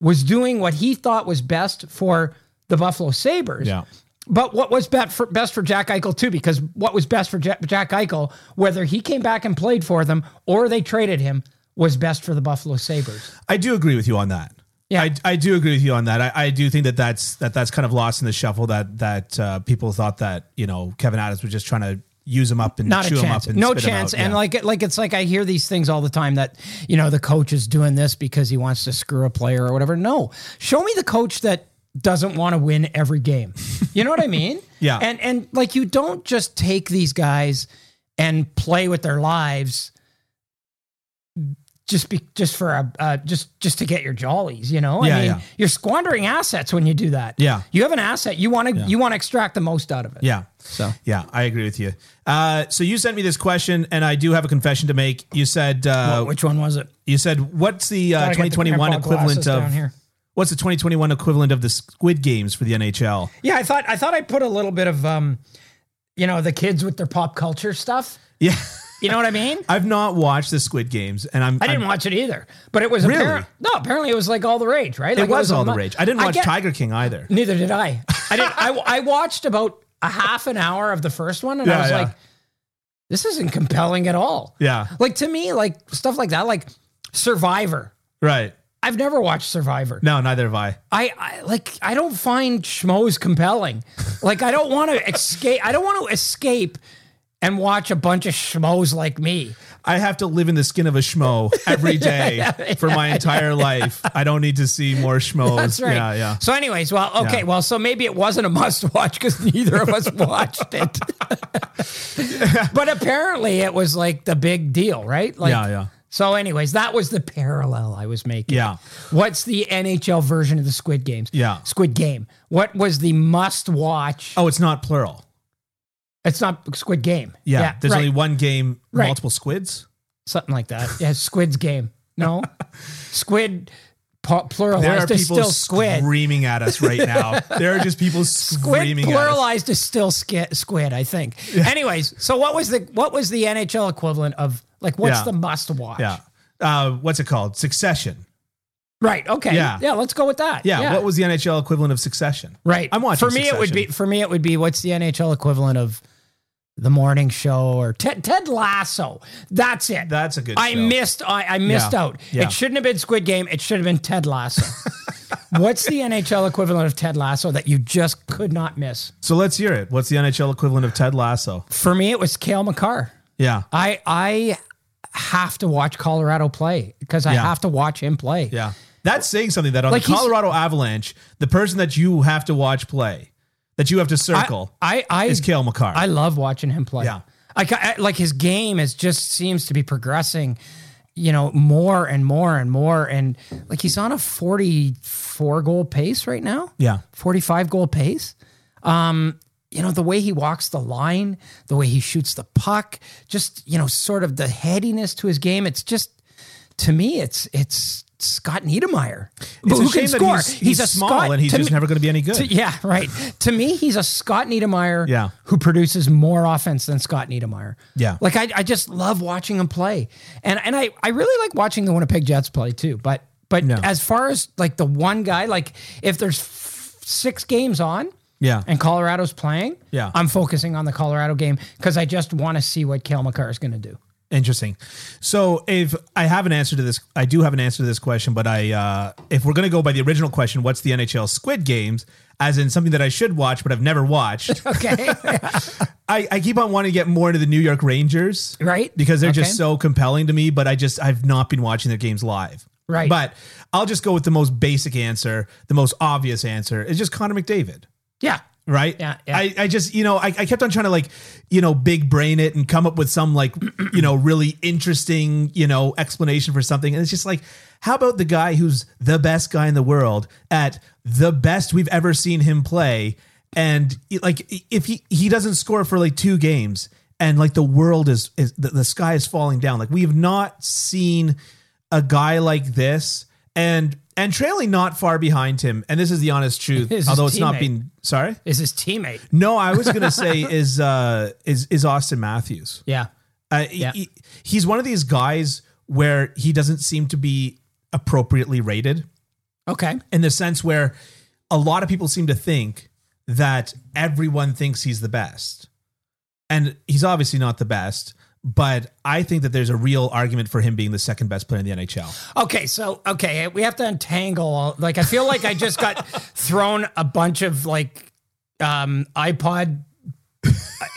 Speaker 2: was doing what he thought was best for the Buffalo Sabres.
Speaker 1: Yeah.
Speaker 2: But what was bet for, best for Jack Eichel too? Because what was best for Jack, Jack Eichel, whether he came back and played for them or they traded him, was best for the Buffalo Sabers.
Speaker 1: I do agree with you on that.
Speaker 2: Yeah.
Speaker 1: I, I do agree with you on that. I, I do think that that's that that's kind of lost in the shuffle. That that uh, people thought that you know Kevin Adams was just trying to use him up and
Speaker 2: Not
Speaker 1: chew
Speaker 2: a
Speaker 1: him
Speaker 2: chance.
Speaker 1: up and
Speaker 2: No
Speaker 1: spit him
Speaker 2: chance.
Speaker 1: out.
Speaker 2: And
Speaker 1: Yeah.
Speaker 2: like it, like it's like I hear these things all the time that you know the coach is doing this because he wants to screw a player or whatever. No, show me the coach that doesn't want to win every game. You know what I mean?
Speaker 1: Yeah.
Speaker 2: And and like you don't just take these guys and play with their lives just be just for a uh, just just to get your jollies. You know?
Speaker 1: Yeah,
Speaker 2: I mean,
Speaker 1: yeah.
Speaker 2: you're squandering assets when you do that.
Speaker 1: Yeah.
Speaker 2: You have an asset. You want to you want to extract the most out of it.
Speaker 1: yeah.
Speaker 2: So.
Speaker 1: Yeah, I agree with you. Uh, so you sent me this question, and I do have a confession to make. You said uh,
Speaker 2: Which one was it?
Speaker 1: you said what's the uh,
Speaker 2: Gotta get the
Speaker 1: 2021
Speaker 2: grandpa
Speaker 1: equivalent
Speaker 2: glasses down
Speaker 1: of
Speaker 2: here.
Speaker 1: what's the 2021 equivalent of the Squid Games for the NHL?
Speaker 2: Yeah, I thought I thought I put a little bit of um, you know, the kids with their pop culture stuff.
Speaker 1: Yeah,
Speaker 2: You know what I mean?
Speaker 1: I've not watched the Squid Games, and I'm
Speaker 2: I didn't
Speaker 1: I'm-
Speaker 2: watch it either, but it was apparent. No, apparently it was like all the rage, right? Like
Speaker 1: it was
Speaker 2: a
Speaker 1: all the
Speaker 2: mu-
Speaker 1: rage. I didn't watch
Speaker 2: get-
Speaker 1: Tiger King either.
Speaker 2: Neither did I. I didn't. I, I watched about a half an hour of the first one, and
Speaker 1: Yeah,
Speaker 2: I was
Speaker 1: yeah.
Speaker 2: like, this isn't compelling at all.
Speaker 1: Yeah.
Speaker 2: like to me, like stuff like that, like Survivor.
Speaker 1: Right.
Speaker 2: I've never watched Survivor.
Speaker 1: No, neither have I.
Speaker 2: I, I like I don't find schmoes compelling. Like I don't want to escape. I don't want to escape and watch a bunch of schmoes like me.
Speaker 1: I have to live in the skin of a schmo every day for my entire life. I don't need to see more schmoes.
Speaker 2: That's right.
Speaker 1: Yeah, yeah.
Speaker 2: So, anyways, well, okay,
Speaker 1: Yeah.
Speaker 2: well, so maybe it wasn't a must-watch because neither of us watched it. but apparently, it was like the big deal, right? Like,
Speaker 1: Yeah, yeah.
Speaker 2: So, anyways, that was the parallel I was making.
Speaker 1: Yeah.
Speaker 2: What's the NHL version of the Squid Games?
Speaker 1: Yeah.
Speaker 2: Squid Game. What was the must-watch?
Speaker 1: Oh, it's not plural.
Speaker 2: It's not Squid Game.
Speaker 1: Yeah. there's
Speaker 2: right.
Speaker 1: only one game,
Speaker 2: Right.
Speaker 1: multiple squids.
Speaker 2: something like that. Yeah, Squid's Game. No, Squid pu- pluralized
Speaker 1: There are
Speaker 2: is
Speaker 1: people
Speaker 2: still Squid.
Speaker 1: screaming at us right now. there are just people
Speaker 2: Squid
Speaker 1: screaming at us.
Speaker 2: pluralized is still ski- Squid. I think. Anyways, so what was the what was the NHL equivalent of like what's
Speaker 1: Yeah.
Speaker 2: the must watch?
Speaker 1: Yeah. Uh, what's it called? Succession.
Speaker 2: Right. Okay.
Speaker 1: Yeah.
Speaker 2: Yeah. Let's go with that.
Speaker 1: Yeah, What was the NHL equivalent of Succession?
Speaker 2: right?
Speaker 1: I'm watching.
Speaker 2: For me, it would be
Speaker 1: Succession.
Speaker 2: for me it would be what's the NHL equivalent of the morning show or Ted, Ted Lasso. That's it.
Speaker 1: That's a good.
Speaker 2: I
Speaker 1: show.
Speaker 2: missed. I, I missed
Speaker 1: Yeah.
Speaker 2: out.
Speaker 1: Yeah.
Speaker 2: It shouldn't have been Squid Game. It should have been Ted Lasso. What's the NHL equivalent of Ted Lasso that you just could not miss?
Speaker 1: So let's hear it. What's the NHL equivalent of Ted Lasso?
Speaker 2: For me, it was Kale McCarr.
Speaker 1: Yeah.
Speaker 2: I I have to watch Colorado play because I
Speaker 1: Yeah.
Speaker 2: have to watch him play.
Speaker 1: Yeah. That's saying something that on
Speaker 2: Like
Speaker 1: the
Speaker 2: he's-
Speaker 1: Colorado Avalanche, the person that you have to watch play, that you have to circle,
Speaker 2: I I
Speaker 1: is Kale McCarr.
Speaker 2: I love watching him play.
Speaker 1: Yeah.
Speaker 2: Like, I, like his game is just seems to be progressing, you know, more and more and more. And like he's on a 44 goal pace right now.
Speaker 1: yeah.
Speaker 2: 45 goal pace. Um, you know, the way he walks the line, the way he shoots the puck, just, you know, sort of the headiness to his game. It's just, to me, it's, it's, Scott Niedermayer,
Speaker 1: It's a shame that He's, he's, small and he's
Speaker 2: to
Speaker 1: just
Speaker 2: me-
Speaker 1: never going to be any good.
Speaker 2: to- yeah, right. to me, he's a Scott Niedermayer
Speaker 1: Yeah.
Speaker 2: who produces more offense than Scott Niedermayer.
Speaker 1: Yeah.
Speaker 2: Like I, I just love watching him play. And and I, I really like watching the Winnipeg Jets play too. But but
Speaker 1: No.
Speaker 2: as far as like the one guy, like if there's f- six games on
Speaker 1: yeah.
Speaker 2: and Colorado's playing,
Speaker 1: Yeah.
Speaker 2: I'm focusing on the Colorado game because I just want to see what Kale McCarr is gonna do.
Speaker 1: Interesting. So if I have an answer to this, I do have an answer to this question, but I, uh, if we're going to go by the original question, what's the NHL Squid Games? As in something that I should watch, but I've never watched.
Speaker 2: Okay.
Speaker 1: I, I keep on wanting to get more into the New York Rangers,
Speaker 2: Right.
Speaker 1: Because they're just
Speaker 2: Okay.
Speaker 1: so compelling to me. But I just I've not been watching their games live,
Speaker 2: Right.
Speaker 1: But I'll just go with the most basic answer, the most obvious answer is just Connor McDavid,
Speaker 2: yeah.
Speaker 1: right?
Speaker 2: Yeah, yeah.
Speaker 1: I, I just you know I, I kept on trying to like you know big brain it and come up with some like you know really interesting you know explanation for something, and it's just like how about the guy who's the best guy in the world at the best we've ever seen him play, and like if he he doesn't score for like two games. And like the world is, is the, the sky is falling down. Like we have not seen a guy like this, and and trailing not far behind him. And this is the honest truth,
Speaker 2: His
Speaker 1: although it's not
Speaker 2: teammate.
Speaker 1: being sorry.
Speaker 2: Is his teammate.
Speaker 1: No, I was gonna say is uh is is Austin Matthews.
Speaker 2: Yeah.
Speaker 1: Uh, he-
Speaker 2: Yeah.
Speaker 1: he- he's one of these guys where he doesn't seem to be appropriately rated
Speaker 2: Okay.
Speaker 1: in the sense where a lot of people seem to think that everyone thinks he's the best. And he's obviously not the best, but I think that there's a real argument for him being the second best player in the NHL.
Speaker 2: Okay. So, okay. We have to untangle. all- Like, I feel like I just got thrown a bunch of like um, iPod uh,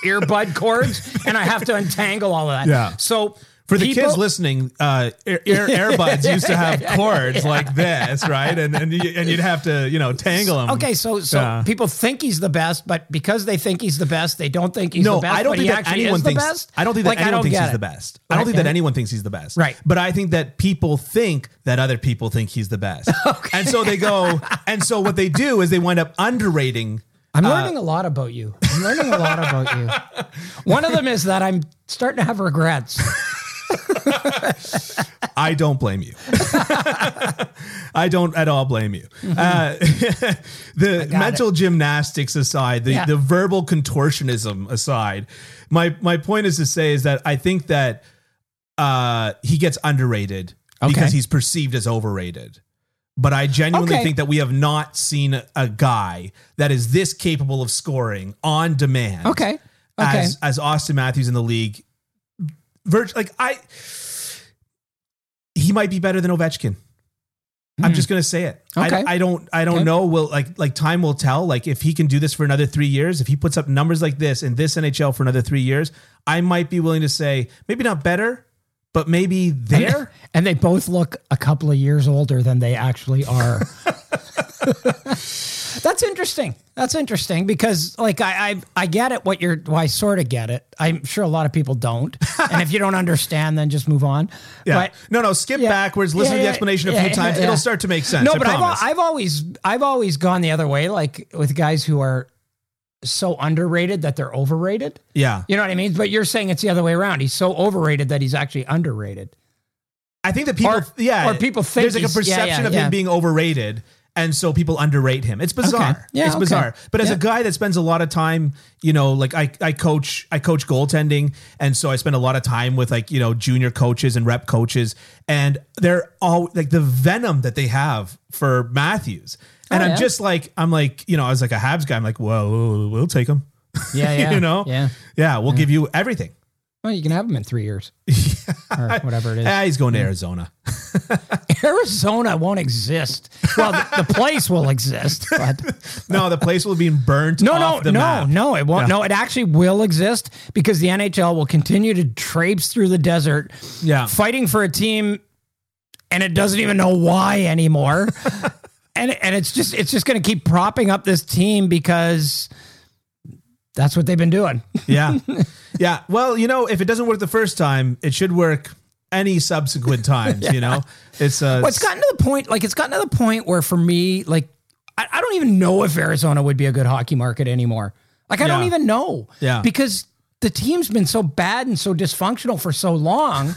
Speaker 2: earbud cords and I have to untangle all of that.
Speaker 1: Yeah.
Speaker 2: So,
Speaker 1: For the
Speaker 2: people-
Speaker 1: kids listening, uh, ear, ear, earbuds used to have cords like this, right? And and, you, and you'd have to, you know, tangle them.
Speaker 2: Okay, so so
Speaker 1: Yeah.
Speaker 2: people think he's the best, but because they think he's the best, they don't think he's
Speaker 1: No,
Speaker 2: the best.
Speaker 1: I don't
Speaker 2: but
Speaker 1: think
Speaker 2: he
Speaker 1: that
Speaker 2: actually
Speaker 1: anyone
Speaker 2: is
Speaker 1: thinks.
Speaker 2: the best.
Speaker 1: I don't think that
Speaker 2: Like,
Speaker 1: anyone
Speaker 2: don't
Speaker 1: thinks
Speaker 2: get
Speaker 1: he's
Speaker 2: it.
Speaker 1: the best. I don't
Speaker 2: Right,
Speaker 1: think that
Speaker 2: and-
Speaker 1: anyone thinks he's the best.
Speaker 2: Right.
Speaker 1: But I think that people think that other people think he's the best. And so they go. And so what they do is they wind up underrating.
Speaker 2: I'm learning a lot about you. I'm learning a lot about you. One of them is that I'm starting to have regrets.
Speaker 1: I don't blame you. I don't at all blame you.
Speaker 2: Mm-hmm.
Speaker 1: Uh, the mental gymnastics aside, the,
Speaker 2: Yeah.
Speaker 1: the verbal contortionism aside, my my point is to say is that I think that uh, he gets underrated because
Speaker 2: Okay.
Speaker 1: he's perceived as overrated. But I genuinely
Speaker 2: Okay.
Speaker 1: think that we have not seen a guy that is this capable of scoring on demand
Speaker 2: Okay. Okay.
Speaker 1: as as Austin Matthews in the league. Virg- like I, he might be better than Ovechkin. I'm just gonna say it.
Speaker 2: Hmm. Okay.
Speaker 1: I, I don't. I don't
Speaker 2: Okay.
Speaker 1: know. Will like like time will tell. Like if he can do this for another three years, if he puts up numbers like this in this NHL for another three years, I might be willing to say maybe not better, but maybe there.
Speaker 2: and they both look a couple of years older than they actually are. That's interesting. That's interesting because, like, I I, I get it. What you're, well, I sort of get it. I'm sure a lot of people don't. And if you don't understand, then just move on.
Speaker 1: yeah.
Speaker 2: But
Speaker 1: no, no. Skip
Speaker 2: Yeah.
Speaker 1: backwards. Listen
Speaker 2: Yeah,
Speaker 1: to the
Speaker 2: yeah,
Speaker 1: explanation a
Speaker 2: yeah,
Speaker 1: few
Speaker 2: yeah,
Speaker 1: times.
Speaker 2: yeah.
Speaker 1: It'll start to make sense.
Speaker 2: No,
Speaker 1: I
Speaker 2: but I've, al-
Speaker 1: promise.
Speaker 2: I've always I've always gone the other way, like with guys who are so underrated that they're overrated.
Speaker 1: yeah.
Speaker 2: You know what I mean? But you're saying it's the other way around. He's so overrated that he's actually underrated.
Speaker 1: I think that people,
Speaker 2: Or-
Speaker 1: yeah,
Speaker 2: or people think
Speaker 1: there's like a
Speaker 2: he's- yeah,
Speaker 1: perception
Speaker 2: yeah,
Speaker 1: of
Speaker 2: yeah.
Speaker 1: him being overrated, and so people underrate him. It's bizarre.
Speaker 2: Okay. Yeah,
Speaker 1: it's
Speaker 2: okay.
Speaker 1: bizarre. But as
Speaker 2: Yeah.
Speaker 1: a guy that spends a lot of time, you know, like I, I coach, I coach goaltending, and so I spend a lot of time with like you know junior coaches and rep coaches, and they're all like the venom that they have for Matthews, and
Speaker 2: Oh,
Speaker 1: I'm
Speaker 2: yeah.
Speaker 1: just like, I'm like, you know, I was like a Habs guy. I'm like, whoa, we'll take him.
Speaker 2: Yeah, yeah.
Speaker 1: you know,
Speaker 2: Yeah.
Speaker 1: yeah, we'll give you everything.
Speaker 2: Well, you can have him in three years. Or whatever it is.
Speaker 1: Ah, he's going to Arizona.
Speaker 2: Arizona won't exist. Well, the, the place will exist, but
Speaker 1: No, the place will be burnt.
Speaker 2: no,
Speaker 1: off
Speaker 2: no,
Speaker 1: the
Speaker 2: no,
Speaker 1: map.
Speaker 2: no, it won't. No, it actually will exist because the NHL will continue to traipse through the desert,
Speaker 1: Yeah.
Speaker 2: fighting for a team, and it doesn't even know why anymore. and and it's just it's just going to keep propping up this team because that's what they've been doing.
Speaker 1: Yeah. yeah. Well, you know, if it doesn't work the first time, it should work any subsequent times, you know? It's uh
Speaker 2: Well, it's gotten to the point, like it's gotten to the point where for me, like I, I don't even know if Arizona would be a good hockey market anymore. Like I don't
Speaker 1: Yeah.
Speaker 2: even know.
Speaker 1: Yeah.
Speaker 2: Because the team's been so bad and so dysfunctional for so long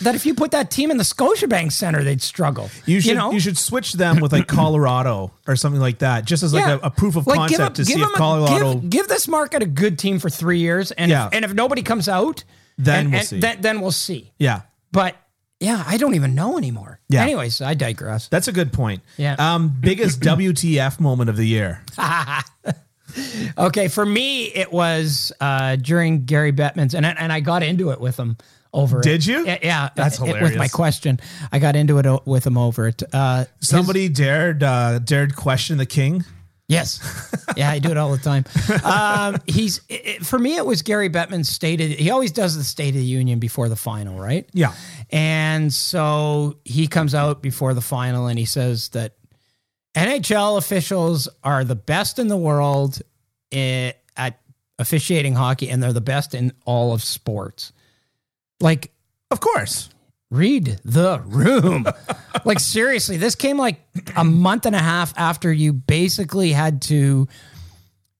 Speaker 2: that if you put that team in the Scotiabank Center, they'd struggle.
Speaker 1: you should you,
Speaker 2: know?
Speaker 1: should switch them with like Colorado or something like that, just as like
Speaker 2: Yeah.
Speaker 1: a, a proof of
Speaker 2: Like,
Speaker 1: concept
Speaker 2: give 'em-
Speaker 1: to see
Speaker 2: give
Speaker 1: if
Speaker 2: 'em a-
Speaker 1: Colorado
Speaker 2: give, give this market a good team for three years, and
Speaker 1: Yeah.
Speaker 2: if, and if nobody comes out,
Speaker 1: Then
Speaker 2: and-
Speaker 1: we'll
Speaker 2: and
Speaker 1: see.
Speaker 2: Then, then we'll see.
Speaker 1: Yeah.
Speaker 2: But yeah, I don't even know anymore.
Speaker 1: Yeah.
Speaker 2: Anyways, I digress.
Speaker 1: That's a good point.
Speaker 2: Yeah.
Speaker 1: Um biggest WTF moment of the year.
Speaker 2: Okay, for me, it was uh, during Gary Bettman's, and I, and I got into it with him over.
Speaker 1: Did
Speaker 2: it.
Speaker 1: you?
Speaker 2: Yeah, yeah,
Speaker 1: That's
Speaker 2: it- it- With my
Speaker 1: hilarious.
Speaker 2: question, I got into it o- with him over it. Uh,
Speaker 1: Somebody dared uh dared question the king.
Speaker 2: yes, yeah, I do it all the time. Um, he's it, it- for me. It was Gary Bettman's State of. He always does the State of the Union before the final, right?
Speaker 1: Yeah.
Speaker 2: And so he comes out before the final and he says that NHL officials are the best in the world i- at officiating hockey and they're the best in all of sports. Like,
Speaker 1: Of course.
Speaker 2: read the room. like, seriously, this came like a month and a half after you basically had to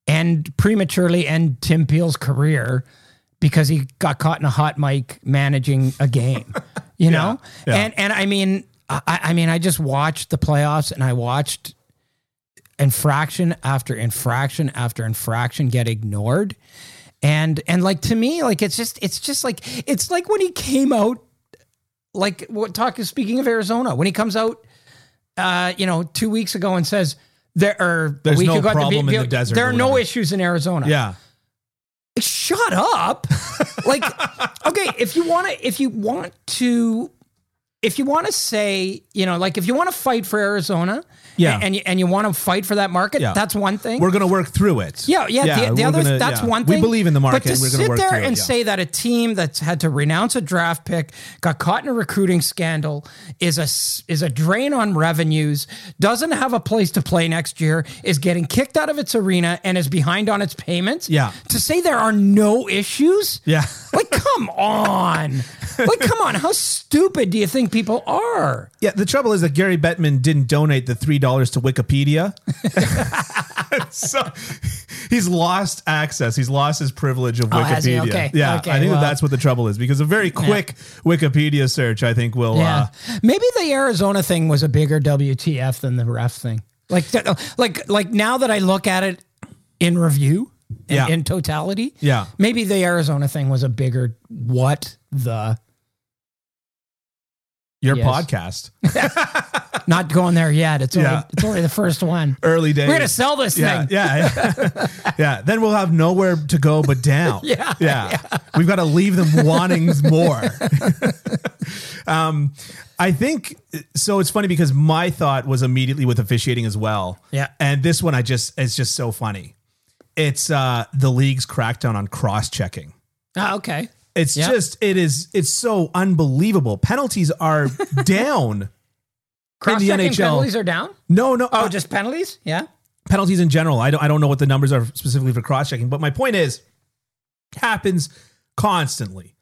Speaker 2: end prematurely end Tim Peel's career because he got caught in a hot mic managing a game. You know?
Speaker 1: yeah.
Speaker 2: And and I mean I, I mean I just watched the playoffs and I watched infraction after infraction after infraction get ignored. And and like to me, like it's just it's just like it's like when he came out Like what talk is speaking of Arizona when he comes out, uh, you know, two weeks ago and says there are
Speaker 1: There's
Speaker 2: a week
Speaker 1: no
Speaker 2: ago at
Speaker 1: problem
Speaker 2: B-
Speaker 1: in the desert
Speaker 2: There
Speaker 1: or
Speaker 2: are no
Speaker 1: whatever.
Speaker 2: issues in Arizona.
Speaker 1: Yeah.
Speaker 2: Like, shut up. like okay, if you want to, if you want to. If you want to say, you know, like if you want to fight for Arizona,
Speaker 1: Yeah.
Speaker 2: and you, and you want to fight for that market,
Speaker 1: Yeah.
Speaker 2: that's one thing.
Speaker 1: We're going to work through it.
Speaker 2: Yeah, yeah. the the
Speaker 1: we're
Speaker 2: other
Speaker 1: gonna-
Speaker 2: that's
Speaker 1: yeah.
Speaker 2: one thing.
Speaker 1: We believe in the market.
Speaker 2: But to
Speaker 1: we're going
Speaker 2: sit
Speaker 1: to work
Speaker 2: there
Speaker 1: through
Speaker 2: and
Speaker 1: it. yeah.
Speaker 2: say that a team that's had to renounce a draft pick, got caught in a recruiting scandal, is a s- is a drain on revenues, doesn't have a place to play next year, is getting kicked out of its arena, and is behind on its payments.
Speaker 1: Yeah.
Speaker 2: To say there are no issues.
Speaker 1: Yeah.
Speaker 2: Like, come on. like, come on. How stupid do you think people are?
Speaker 1: Yeah, the trouble is that Gary Bettman didn't donate the three dollars to Wikipedia, so he's lost access. He's lost his privilege of
Speaker 2: Oh, has he?
Speaker 1: Wikipedia.
Speaker 2: Okay.
Speaker 1: Yeah,
Speaker 2: Okay,
Speaker 1: I think
Speaker 2: well.
Speaker 1: that that's what the trouble is because a very quick Wikipedia search, I think, will. Uh,
Speaker 2: Maybe the Arizona thing was a bigger WTF than the ref thing. Like, th- like, like now that I look at it in review, in,
Speaker 1: Yeah.
Speaker 2: in totality,
Speaker 1: Yeah.
Speaker 2: maybe the Arizona thing was a bigger what the
Speaker 1: your
Speaker 2: Yes.
Speaker 1: podcast,
Speaker 2: not going there yet. It's
Speaker 1: Yeah.
Speaker 2: only, it's only the first one.
Speaker 1: early days.
Speaker 2: We're gonna sell this
Speaker 1: yeah,
Speaker 2: thing.
Speaker 1: yeah, yeah, yeah. Then we'll have nowhere to go but down.
Speaker 2: Yeah,
Speaker 1: yeah. We've got to leave them wanting more. um, I think so. It's funny because my thought was immediately with officiating as well.
Speaker 2: Yeah.
Speaker 1: and this one I just it's just so funny. It's uh, the league's crackdown on cross checking.
Speaker 2: Ah, okay.
Speaker 1: It's
Speaker 2: Yeah.
Speaker 1: just it is it's so unbelievable. Penalties are down.
Speaker 2: Cross checking
Speaker 1: NHL.
Speaker 2: penalties are down.
Speaker 1: No, no.
Speaker 2: Oh,
Speaker 1: uh,
Speaker 2: just penalties. Yeah.
Speaker 1: penalties in general. I don't, I don't know what the numbers are specifically for cross checking, but my point is, it happens constantly.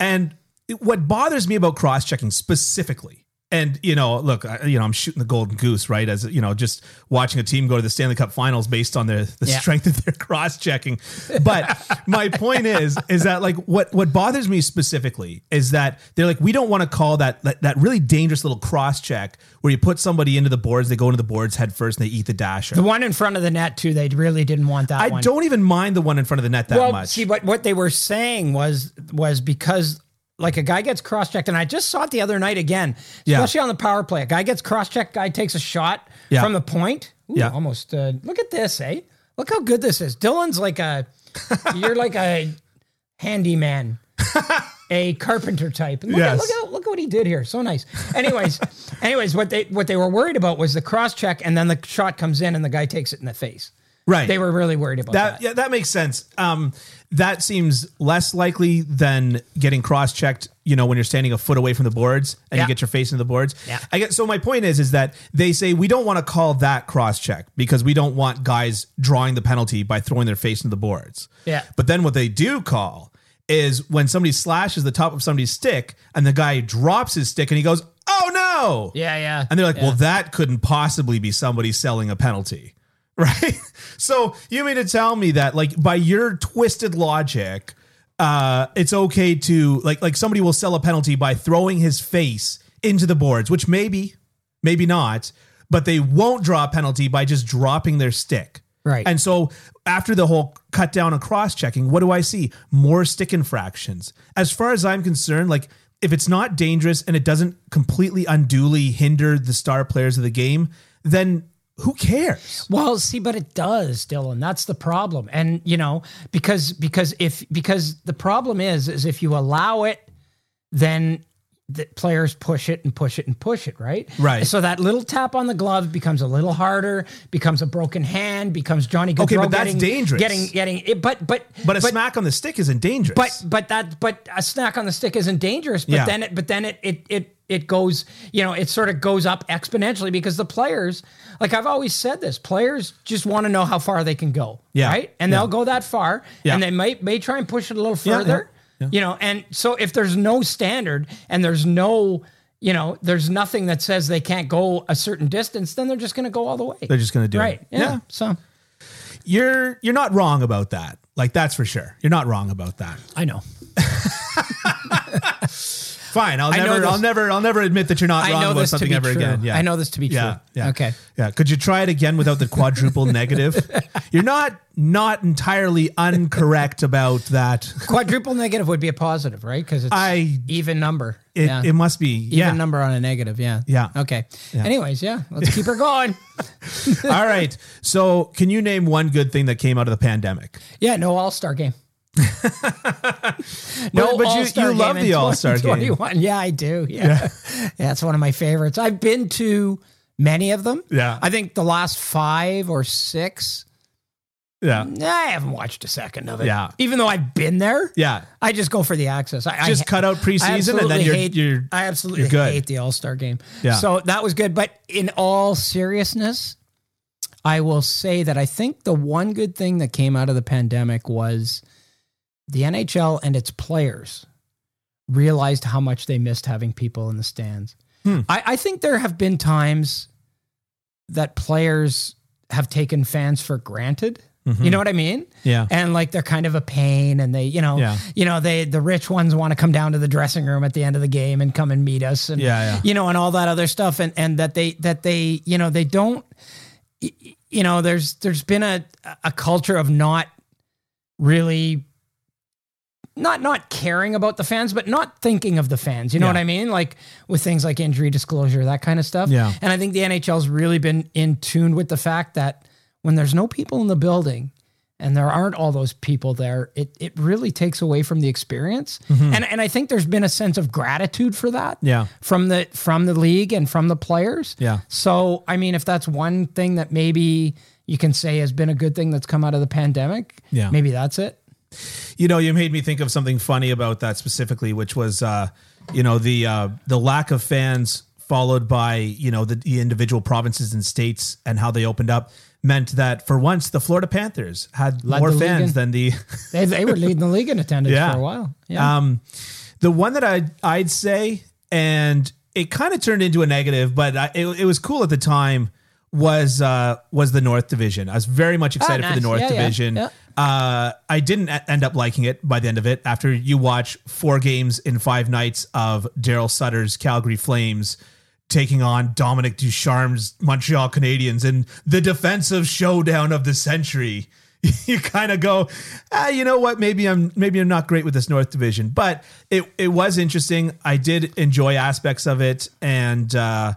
Speaker 1: And it- what bothers me about cross checking specifically, and you know, look, I, you know, I'm shooting the golden goose, right? As you know, just watching a team go to the Stanley Cup Finals based on their the
Speaker 2: Yeah.
Speaker 1: strength of their cross checking. But my point is, is that like what what bothers me specifically is that they're like, we don't want to call that that, that really dangerous little cross check where you put somebody into the boards, they go into the boards head first, and they eat the dasher.
Speaker 2: The one in front of the net too. They really didn't want that.
Speaker 1: I
Speaker 2: one.
Speaker 1: don't even mind the one in front of the net that
Speaker 2: well,
Speaker 1: much.
Speaker 2: see what what they were saying was was because like a guy gets cross checked, and I just saw it the other night again,
Speaker 1: Yeah.
Speaker 2: especially on the power play. A guy gets cross checked, guy takes a shot
Speaker 1: Yeah.
Speaker 2: from the point. Ooh,
Speaker 1: Yeah.
Speaker 2: almost. Uh, look at this, eh? Look how good this is. Dylan's like a, you're like a handyman, a carpenter type. And look, at,
Speaker 1: Yes.
Speaker 2: look at look at what he did here. So nice. Anyways, anyways, what they what they were worried about was the cross check, and then the shot comes in, and the guy takes it in the face.
Speaker 1: right.
Speaker 2: They were really worried about
Speaker 1: that, yeah, that makes sense. Um, that seems less likely than getting cross checked, you know, when you're standing a foot away from the boards and you
Speaker 2: Yeah.
Speaker 1: get your face into the boards.
Speaker 2: Yeah.
Speaker 1: I guess so my point is is that they say we don't want to call that cross check because we don't want guys drawing the penalty by throwing their face into the boards.
Speaker 2: Yeah.
Speaker 1: But then what they do call is when somebody slashes the top of somebody's stick and the guy drops his stick and he goes, Oh no.
Speaker 2: Yeah, yeah.
Speaker 1: And they're like, well, that couldn't possibly be somebody selling a penalty. Right. So you mean to tell me that, like, by your twisted logic, uh, it's okay to like like somebody will sell a penalty by throwing his face into the boards, which maybe, maybe not, but they won't draw a penalty by just dropping their stick.
Speaker 2: Right.
Speaker 1: And so after the whole cut down on cross checking, what do I see? More stick infractions. As far as I'm concerned, like if it's not dangerous and it doesn't completely unduly hinder the star players of the game, then who cares?
Speaker 2: Well, see, but it does, Dylan. That's the problem. And you know, because because if because the problem is is if you allow it, then the players push it and push it and push it, right?
Speaker 1: Right.
Speaker 2: So that little tap on the glove becomes a little harder, becomes a broken hand, becomes Johnny Gaudreau
Speaker 1: Okay, but that's
Speaker 2: getting,
Speaker 1: dangerous.
Speaker 2: Getting getting it, but but
Speaker 1: But a smack on the stick isn't dangerous.
Speaker 2: but but that but a snack on the stick isn't dangerous. But
Speaker 1: Yeah.
Speaker 2: then it but then it it it it goes you know it sort of goes up exponentially because the players like I've always said this players just want to know how far they can go.
Speaker 1: Yeah.
Speaker 2: Right. And
Speaker 1: Yeah.
Speaker 2: they'll go that far.
Speaker 1: Yeah.
Speaker 2: And they might may try and push it a little
Speaker 1: Yeah, yeah.
Speaker 2: further.
Speaker 1: Yeah.
Speaker 2: You know, and so if there's no standard and there's no you know, there's nothing that says they can't go a certain distance, then they're just gonna go all the way.
Speaker 1: they're just gonna do
Speaker 2: right.
Speaker 1: it.
Speaker 2: Yeah. So
Speaker 1: You're you're not wrong about that. Like that's for sure. You're not wrong about that.
Speaker 2: I know.
Speaker 1: Fine. I'll
Speaker 2: know
Speaker 1: never
Speaker 2: this-
Speaker 1: I'll never I'll never adit that you're not
Speaker 2: I
Speaker 1: wrong
Speaker 2: know
Speaker 1: about
Speaker 2: this to
Speaker 1: something
Speaker 2: be
Speaker 1: ever
Speaker 2: true.
Speaker 1: again. Yeah.
Speaker 2: I know this to be true.
Speaker 1: Yeah, yeah.
Speaker 2: Okay.
Speaker 1: Yeah. Could you try it again without the quadruple negative? You're not not entirely uncorrect about that.
Speaker 2: Quadruple negative would be a positive, right? Because it's
Speaker 1: I-
Speaker 2: even number.
Speaker 1: it,
Speaker 2: Yeah.
Speaker 1: it must be.
Speaker 2: Even
Speaker 1: Yeah.
Speaker 2: number on a negative. Yeah.
Speaker 1: Yeah.
Speaker 2: Okay. Anyways, yeah. Let's keep her going.
Speaker 1: All right. So, can you name one good thing that came out of the pandemic?
Speaker 2: Yeah. No All Star game. no,
Speaker 1: But- but you-
Speaker 2: All-Star
Speaker 1: you
Speaker 2: game
Speaker 1: love
Speaker 2: in
Speaker 1: the All-Star game.
Speaker 2: 2021. Yeah, I do. Yeah. yeah, that's one of my favorites. I've been to many of them.
Speaker 1: Yeah.
Speaker 2: I think the last five or six.
Speaker 1: Yeah.
Speaker 2: I haven't watched a second of it.
Speaker 1: Yeah.
Speaker 2: Even though I've been there.
Speaker 1: Yeah.
Speaker 2: I just go for the access. I
Speaker 1: Just
Speaker 2: I,
Speaker 1: cut out
Speaker 2: I
Speaker 1: preseason and then
Speaker 2: absolutely
Speaker 1: you're
Speaker 2: hate,
Speaker 1: you're
Speaker 2: I absolutely
Speaker 1: you're good.
Speaker 2: hate the All Star game.
Speaker 1: Yeah.
Speaker 2: So that was good. But in all seriousness, I will say that I think the one good thing that came out of the pandemic was the NHL and its players realized how much they missed having people in the stands.
Speaker 1: Hmm.
Speaker 2: I, I think there have been times that players have taken fans for granted.
Speaker 1: Mm-hmm.
Speaker 2: You know what I mean?
Speaker 1: Yeah.
Speaker 2: and like they're kind of a pain and they you know
Speaker 1: Yeah.
Speaker 2: you know they the rich ones want to come down to the dressing room at the end of the game and come and meet us and
Speaker 1: Yeah, yeah.
Speaker 2: you know and all that other stuff and and that they that they you know they don't y- y- you know there's there's been a a culture of not really not not caring about the fans but not thinking of the fans you know
Speaker 1: Yeah.
Speaker 2: what i mean like with things like injury disclosure that kind of stuff
Speaker 1: Yeah.
Speaker 2: and i think the nhl's really been in tune with the fact that when there's no people in the building and there aren't all those people there it it really takes away from the experience
Speaker 1: Mm-hmm.
Speaker 2: and and i think there's been a sense of gratitude for that
Speaker 1: Yeah.
Speaker 2: from the from the league and from the players
Speaker 1: Yeah.
Speaker 2: so, I mean, if that's one thing that maybe you can say has been a good thing that's come out of the pandemic,
Speaker 1: Yeah.
Speaker 2: maybe that's it.
Speaker 1: You know, you made me think of something funny about that specifically, which was, uh, you know, the uh, the lack of fans followed by you know the, the individual provinces and states and how they opened up meant that for once the Florida Panthers had more
Speaker 2: the league
Speaker 1: fans
Speaker 2: in-
Speaker 1: than the
Speaker 2: They, they were leading the league in attendance
Speaker 1: Yeah.
Speaker 2: for a while. Yeah.
Speaker 1: um, the one that I I'd say and it kind of turned into a negative, but I, it, it was cool at the time was uh was the North Division. I was very much excited for
Speaker 2: Ah, nice.
Speaker 1: the North
Speaker 2: Yeah, yeah,
Speaker 1: Division.
Speaker 2: yeah.
Speaker 1: Uh, I didn't e- end up liking it by the end of it. After you watch four games in five nights of Daryl Sutter's Calgary Flames taking on Dominic Ducharme's Montreal Canadiens in the defensive showdown of the century, you kind of go, ah, you know what? Maybe I'm maybe I'm not great with this North Division, but it it was interesting. I did enjoy aspects of it, and uh,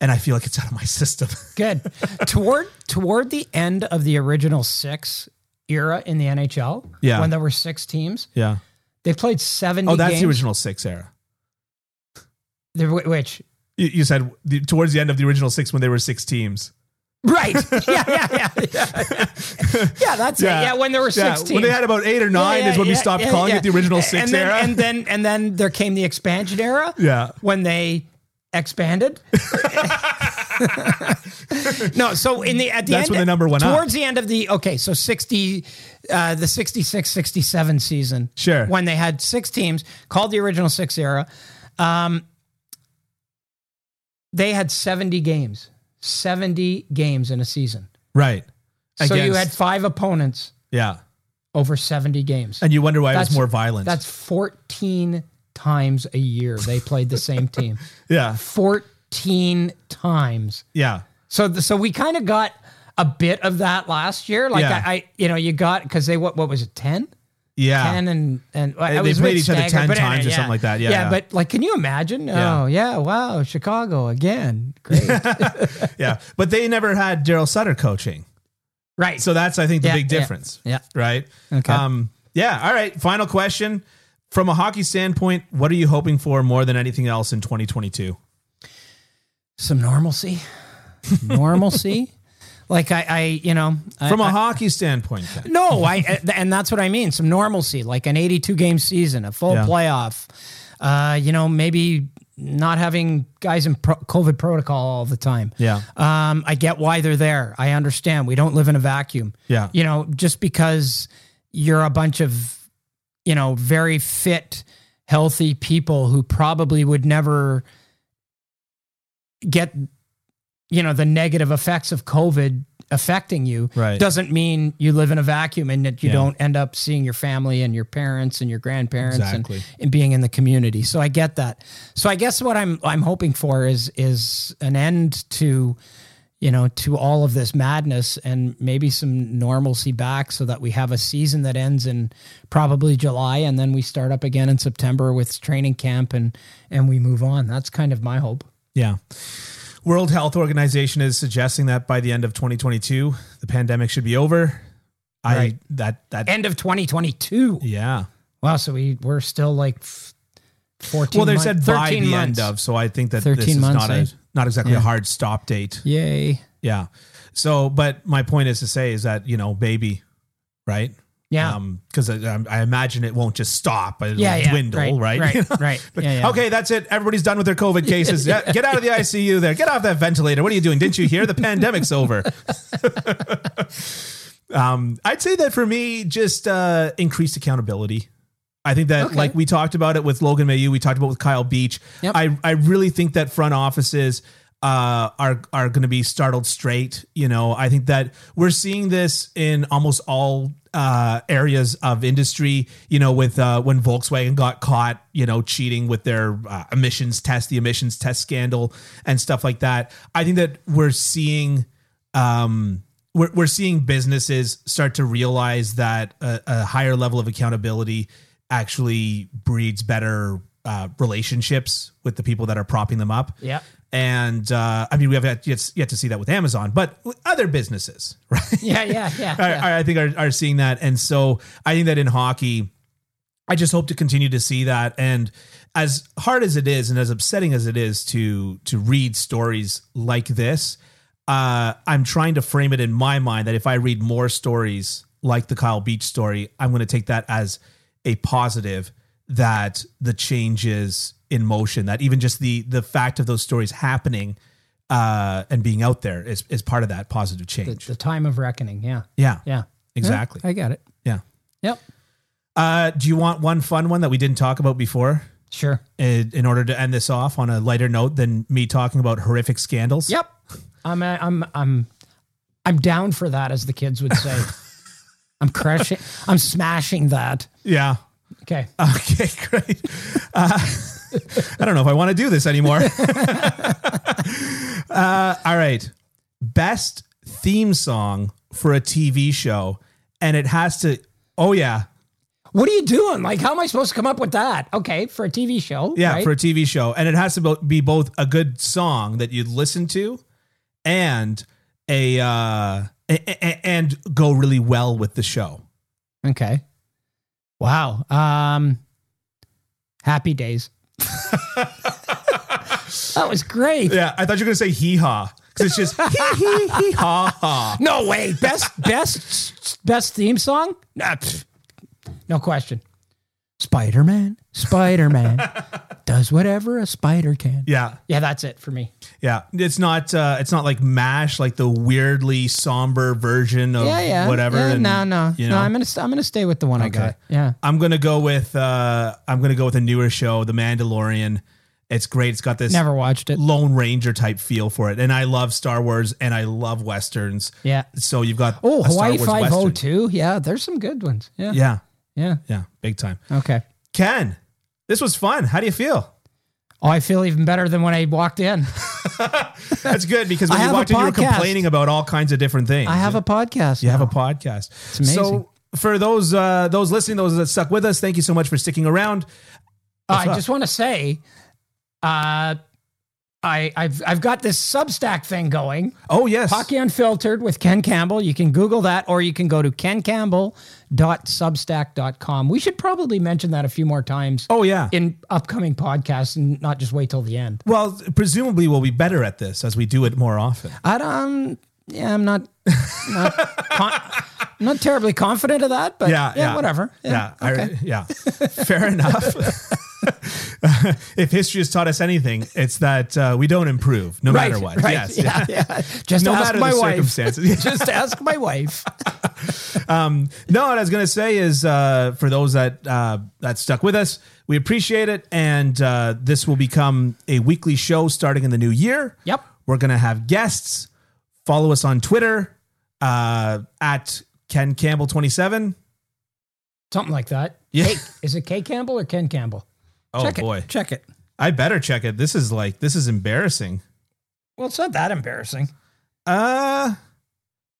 Speaker 1: and I feel like it's out of my system.
Speaker 2: good. toward toward the end of the original six era in the NHL,
Speaker 1: Yeah.
Speaker 2: when there were six teams,
Speaker 1: yeah.
Speaker 2: they played 70
Speaker 1: Oh, that's
Speaker 2: games,
Speaker 1: the original six era.
Speaker 2: the- which
Speaker 1: You, you said the, towards the end of the original six when there were six teams.
Speaker 2: Right. Yeah, yeah, yeah. Yeah, yeah that's it. Yeah, when there were
Speaker 1: Yeah,
Speaker 2: six teams.
Speaker 1: When they had about eight or nine
Speaker 2: Yeah,
Speaker 1: is when we
Speaker 2: yeah,
Speaker 1: stopped
Speaker 2: yeah,
Speaker 1: calling
Speaker 2: yeah.
Speaker 1: it the original six
Speaker 2: and then,
Speaker 1: era.
Speaker 2: And then and then there came the expansion era.
Speaker 1: Yeah.
Speaker 2: When they expanded. no, so in the at the
Speaker 1: That's
Speaker 2: end
Speaker 1: when the number went up.
Speaker 2: towards the end of the okay, so 60 uh the 66 67 season.
Speaker 1: Sure.
Speaker 2: When they had six teams called the original six era. Um they had 70 games. 70 games in a season.
Speaker 1: right.
Speaker 2: So you
Speaker 1: Against-
Speaker 2: had five opponents
Speaker 1: yeah.
Speaker 2: over 70 games.
Speaker 1: And you wonder why it
Speaker 2: That's-
Speaker 1: was more violent.
Speaker 2: That's 14 times a year they played the same team.
Speaker 1: yeah.
Speaker 2: 14 times.
Speaker 1: Yeah.
Speaker 2: So th- so we kind of got a bit of that last year. Like
Speaker 1: Yeah.
Speaker 2: I, I you know, you got cuz they what what was it 10?
Speaker 1: Yeah.
Speaker 2: 10 and and I
Speaker 1: they
Speaker 2: was a
Speaker 1: played
Speaker 2: bit
Speaker 1: each other
Speaker 2: staggered,
Speaker 1: 10
Speaker 2: but anyway,
Speaker 1: times or
Speaker 2: yeah.
Speaker 1: something like that. Yeah,
Speaker 2: yeah.
Speaker 1: yeah.
Speaker 2: but like can you imagine?
Speaker 1: Yeah.
Speaker 2: Oh, yeah. Wow, Chicago again. Great.
Speaker 1: yeah. But they never had Daryl Sutter coaching.
Speaker 2: right.
Speaker 1: So that's, I think, the
Speaker 2: Yeah,
Speaker 1: big
Speaker 2: yeah,
Speaker 1: difference.
Speaker 2: yeah.
Speaker 1: Right.
Speaker 2: Okay.
Speaker 1: Um, yeah. All right. Final question. From a hockey standpoint, what are you hoping for more than anything else in 2022?
Speaker 2: some normalcy. normalcy. Like I I, you know, I-
Speaker 1: From a
Speaker 2: I-
Speaker 1: hockey standpoint, then.
Speaker 2: No, I uh, and that's what I mean. Some normalcy, like an 82 game season, a full
Speaker 1: Yeah.
Speaker 2: playoff. Uh, you know, maybe not having guys in pro- COVID protocol all the time.
Speaker 1: Yeah.
Speaker 2: Um, I get why they're there. I understand. We don't live in a vacuum.
Speaker 1: Yeah.
Speaker 2: You know, just because you're a bunch of you know, very fit, healthy people who probably would never get, you know, the negative effects of COVID affecting you
Speaker 1: Right.
Speaker 2: doesn't mean you live in a vacuum and that you
Speaker 1: Yeah.
Speaker 2: don't end up seeing your family and your parents and your grandparents
Speaker 1: Exactly.
Speaker 2: and, and being in the community. So I get that. So I guess what I'm I'm hoping for is is an end to you know, to all of this madness and maybe some normalcy back so that we have a season that ends in probably July and then we start up again in September with training camp and and we move on. That's kind of my hope.
Speaker 1: Yeah. World Health Organization is suggesting that by the end of 2022, the pandemic should be over. I
Speaker 2: Right.
Speaker 1: that that
Speaker 2: End of 2022.
Speaker 1: yeah.
Speaker 2: Wow, so we we're still like f- 14
Speaker 1: Well, they
Speaker 2: month-
Speaker 1: said by
Speaker 2: 13
Speaker 1: the
Speaker 2: months.
Speaker 1: end of, so I think that this
Speaker 2: 13
Speaker 1: is
Speaker 2: months,
Speaker 1: not a
Speaker 2: eh?
Speaker 1: not exactly a hard stop date.
Speaker 2: Yay.
Speaker 1: Yeah. So, but my point is to say is that you know, baby, right? Um,
Speaker 2: Yeah.
Speaker 1: Because I, I imagine it won't just stop. It'll
Speaker 2: yeah, yeah.
Speaker 1: dwindle, right?
Speaker 2: Right. Right. right.
Speaker 1: But,
Speaker 2: yeah, yeah.
Speaker 1: Okay, that's it. Everybody's done with their COVID cases. Yeah, Get out of the ICU there. Get off that ventilator. What are you doing? Didn't you hear? The pandemic's over. um, I'd say that for me, just uh, increased accountability. I think that,
Speaker 2: Okay.
Speaker 1: like we talked about it with Logan Mayu, we talked about with Kyle Beach.
Speaker 2: Yep.
Speaker 1: I, I really think that front offices uh, are are going to be startled straight. You know, I think that we're seeing this in almost all uh, areas of industry. You know, with uh, when Volkswagen got caught, you know, cheating with their uh, emissions test, the emissions test scandal, and stuff like that. I think that we're seeing um, we're, we're seeing businesses start to realize that a, a higher level of accountability actually breeds better uh, relationships with the people that are propping them up.
Speaker 2: Yep.
Speaker 1: And uh, I mean, we have yet, yet yet to see that with Amazon, but with other businesses, right?
Speaker 2: Yeah, yeah, yeah.
Speaker 1: I-
Speaker 2: yeah.
Speaker 1: I, I think are, are seeing that. And so I think that in hockey, I just hope to continue to see that. And as hard as it is, and as upsetting as it is to to read stories like this, uh, I'm trying to frame it in my mind that if I read more stories like the Kyle Beach story, I'm going to take that as a positive that the changes in motion, that even just the the fact of those stories happening uh, and being out there is is part of that positive change.
Speaker 2: the time of reckoning. Yeah.
Speaker 1: yeah.
Speaker 2: Yeah.
Speaker 1: Exactly.
Speaker 2: I got it.
Speaker 1: Yeah.
Speaker 2: Yep.
Speaker 1: Uh, do you want one fun one that we didn't talk about before?
Speaker 2: Sure.
Speaker 1: In in order to end this off on a lighter note than me talking about horrific scandals.
Speaker 2: Yep. I'm uh, I'm I'm I'm down for that, as the kids would say. I'm crushing. I'm smashing that.
Speaker 1: Yeah.
Speaker 2: Okay.
Speaker 1: Okay, great. Uh, I don't know if I want to do this anymore. uh, all right. Best theme song for a TV show. And it has to, oh, yeah.
Speaker 2: What are you doing? Like, how am I supposed to come up with that? Okay, for a TV show.
Speaker 1: Yeah,
Speaker 2: right?
Speaker 1: for a TV show. And it has to bo- be both a good song that you'd listen to and a uh a- a- a- and go really well with the show.
Speaker 2: okay. Wow. Um, happy days. that was great.
Speaker 1: Yeah, I thought you were going to say hee haw cuz it's just hee hee hee haw haw.
Speaker 2: No way. Best best best theme song? Nah, pff. No question. Spider-Man, Spider-Man does whatever a spider can.
Speaker 1: Yeah.
Speaker 2: Yeah, that's it for me.
Speaker 1: Yeah, it's not uh, it's not like Mash, like the weirdly somber version of
Speaker 2: Yeah, yeah.
Speaker 1: whatever.
Speaker 2: Yeah,
Speaker 1: and,
Speaker 2: no, no.
Speaker 1: you
Speaker 2: No,
Speaker 1: know.
Speaker 2: I'm going to I'm going to stay with the one I got. Yeah.
Speaker 1: I'm gonna go with uh, I'm gonna go with a newer show, The Mandalorian. It's great. It's got this
Speaker 2: Never watched it.
Speaker 1: Lone Ranger type feel for it, and I love Star Wars and I love westerns.
Speaker 2: Yeah.
Speaker 1: So you've got
Speaker 2: Oh,
Speaker 1: a Star
Speaker 2: Hawaii
Speaker 1: Wars western.
Speaker 2: 502. Yeah, there's some good ones. Yeah. Yeah.
Speaker 1: Yeah, yeah, big time.
Speaker 2: Okay.
Speaker 1: Ken, this was fun. How do you feel?
Speaker 2: Oh, I feel even better than when I walked in.
Speaker 1: That's good because when
Speaker 2: I
Speaker 1: you
Speaker 2: have a
Speaker 1: walked in, you were
Speaker 2: podcast.
Speaker 1: complaining about all kinds of different things.
Speaker 2: I have a podcast.
Speaker 1: You have a podcast. It's
Speaker 2: amazing.
Speaker 1: So for those uh, those listening, those that stuck with us, thank you so much for sticking around.
Speaker 2: Uh, I
Speaker 1: up?
Speaker 2: just want to say, uh, I, I've I've got this Substack thing going,
Speaker 1: Oh yes,
Speaker 2: Hockey Unfiltered with Ken Campbell. You can Google that, or you can go to kencampbell.substack.com. We should probably mention that a few more times
Speaker 1: Oh yeah.
Speaker 2: in upcoming podcasts, and not just wait till the end.
Speaker 1: well, presumably we'll be better at this as we do it more often.
Speaker 2: I don't. um, Yeah, I'm not. Not, con- I'm not terribly confident of that, but yeah, whatever.
Speaker 1: Yeah, I-
Speaker 2: okay.
Speaker 1: yeah. Fair enough. if history has taught us anything, it's that uh, we don't improve no
Speaker 2: Right,
Speaker 1: matter what.
Speaker 2: right.
Speaker 1: Yes.
Speaker 2: Yeah, yeah. Just
Speaker 1: No
Speaker 2: ask
Speaker 1: matter
Speaker 2: my
Speaker 1: the
Speaker 2: wife.
Speaker 1: circumstances. Yeah.
Speaker 2: Just ask my wife.
Speaker 1: No, what I was going to say is uh, for those that uh, that stuck with us, we appreciate it, and uh, this will become a weekly show starting in the new year.
Speaker 2: Yep.
Speaker 1: we're going to have guests. Follow us on Twitter uh, at Ken Campbell twenty seven.
Speaker 2: Something like that.
Speaker 1: Yeah.
Speaker 2: Kay- is it Kay Campbell or Ken Campbell?
Speaker 1: Oh
Speaker 2: check
Speaker 1: boy,
Speaker 2: It, check it.
Speaker 1: I better check it. This is like this is embarrassing.
Speaker 2: Well, it's not that embarrassing.
Speaker 1: Uh,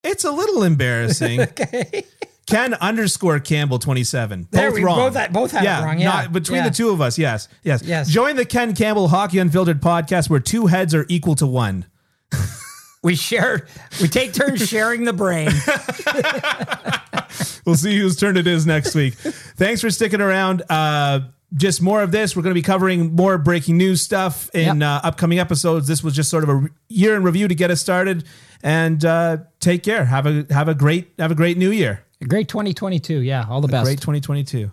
Speaker 1: it's a little embarrassing.
Speaker 2: Okay.
Speaker 1: Ken underscore Campbell 27.
Speaker 2: There
Speaker 1: both
Speaker 2: we-
Speaker 1: wrong.
Speaker 2: both had- both had it wrong, yeah.
Speaker 1: Not, between
Speaker 2: Yeah.
Speaker 1: the two of us. Yes. Yes.
Speaker 2: Yes.
Speaker 1: Join the Ken Campbell Hockey Unfiltered podcast where two heads are equal to one.
Speaker 2: We share, we take turns sharing the brain.
Speaker 1: We'll see whose turn it is next week. Thanks for sticking around. Uh, just more of this. We're going to be covering more breaking news stuff in uh, upcoming episodes. This was just sort of a re- year in review to get us started. And uh, take care. Have a have a great have a great new year.
Speaker 2: Great 2022. Yeah. All the best.
Speaker 1: Great 2022.